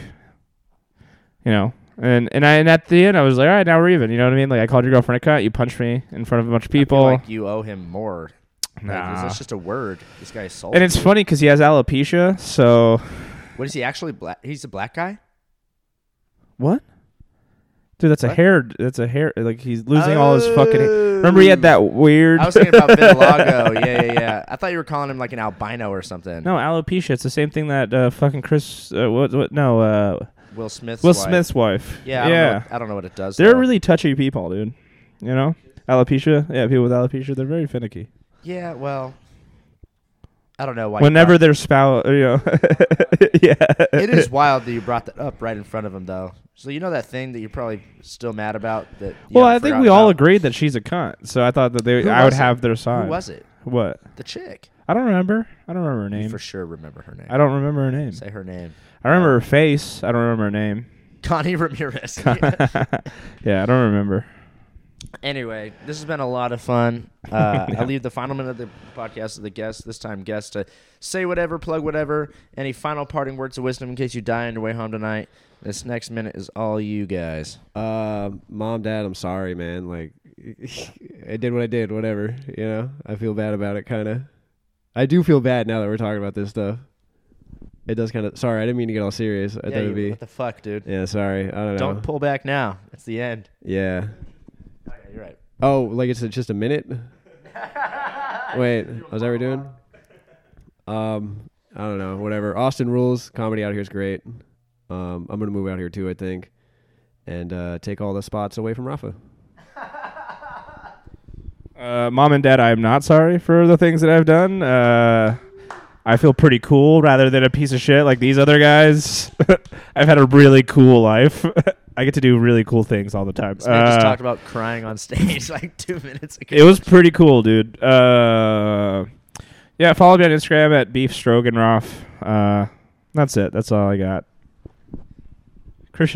[SPEAKER 2] you know. And and I and at the end I was like, all right, now we're even. You know what I mean? Like I called your girlfriend a cunt. You punched me in front of a bunch of
[SPEAKER 1] I feel
[SPEAKER 2] people.
[SPEAKER 1] like you owe him more. Like,
[SPEAKER 2] Nah.
[SPEAKER 1] that's just a word. This guy is sold.
[SPEAKER 2] and it's funny because he has alopecia. So
[SPEAKER 1] what is he actually black? He's a black guy.
[SPEAKER 2] What? Dude, that's a
[SPEAKER 1] What?
[SPEAKER 2] hair. That's a hair. Like he's losing all his fucking. Hair. Remember, he had that weird.
[SPEAKER 1] Oh. I was thinking about vitiligo. yeah, yeah, yeah. I thought you were calling him like an albino or something.
[SPEAKER 2] no alopecia. It's the same thing that uh, fucking Chris. Uh, what? What? No. Uh,
[SPEAKER 1] Will Smith's
[SPEAKER 2] Will
[SPEAKER 1] wife.
[SPEAKER 2] Smith's wife.
[SPEAKER 1] Yeah, I
[SPEAKER 2] yeah.
[SPEAKER 1] Don't know what, I don't know what it does.
[SPEAKER 2] they're
[SPEAKER 1] though.
[SPEAKER 2] really touchy people, dude. You know, alopecia. Yeah, people with alopecia. They're very finicky.
[SPEAKER 1] Yeah, well, I don't know why. you
[SPEAKER 2] Whenever
[SPEAKER 1] brought-
[SPEAKER 2] their spouse, you know. yeah.
[SPEAKER 1] it is wild that you brought that up right in front of him, though. So you know that thing that you're probably still mad about. That you
[SPEAKER 2] Well, I
[SPEAKER 1] haven't
[SPEAKER 2] think
[SPEAKER 1] forgotten
[SPEAKER 2] we all
[SPEAKER 1] about?
[SPEAKER 2] agreed that she's a cunt, so I thought that they,
[SPEAKER 1] Who
[SPEAKER 2] I would
[SPEAKER 1] was it?
[SPEAKER 2] have their side.
[SPEAKER 1] Who was it?
[SPEAKER 2] What?
[SPEAKER 1] The chick.
[SPEAKER 2] I don't remember. I don't remember her
[SPEAKER 1] You
[SPEAKER 2] name.
[SPEAKER 1] for sure remember her name.
[SPEAKER 2] I don't remember her name.
[SPEAKER 1] say her name. Uh,
[SPEAKER 2] I remember her face. I don't remember her name.
[SPEAKER 1] Connie Ramirez.
[SPEAKER 2] yeah, I don't remember.
[SPEAKER 1] Anyway, this has been a lot of fun. Uh, I leave the final minute of the podcast to the guest, this time guest, to say whatever, plug whatever, any final parting words of wisdom in case you die on your way home tonight. This next minute is all you guys.
[SPEAKER 3] Uh, mom, dad, I'm sorry, man. Like, I did what I did. Whatever, you know. I feel bad about it, kind of. I do feel bad now that we're talking about this stuff. It does kind of. Sorry, I didn't mean to get all serious. I
[SPEAKER 1] Yeah,
[SPEAKER 3] thought
[SPEAKER 1] you-
[SPEAKER 3] it'd be.
[SPEAKER 1] What the fuck, dude?
[SPEAKER 3] yeah, sorry. I don't know.
[SPEAKER 1] Don't pull back now. It's the end.
[SPEAKER 3] yeah.
[SPEAKER 1] Oh, yeah, you're right.
[SPEAKER 3] Oh, like it's just a minute. Wait, how's that we doing? Um, I don't know. Whatever. Austin rules. Comedy out here is great. Um, I'm gonna move out here too. I think, and uh, take all the spots away from Rafa.
[SPEAKER 2] Uh, Mom and Dad, I am not sorry for the things that I've done. Uh, I feel pretty cool rather than a piece of shit like these other guys. I've had a really cool life. I get to do really cool things all the time.
[SPEAKER 1] This man just
[SPEAKER 2] Uh,
[SPEAKER 1] talked about crying on stage like two minutes ago.
[SPEAKER 2] it was pretty cool, dude. Uh, yeah, follow me on Instagram at beef Uh, that's it. That's all I got. Christian,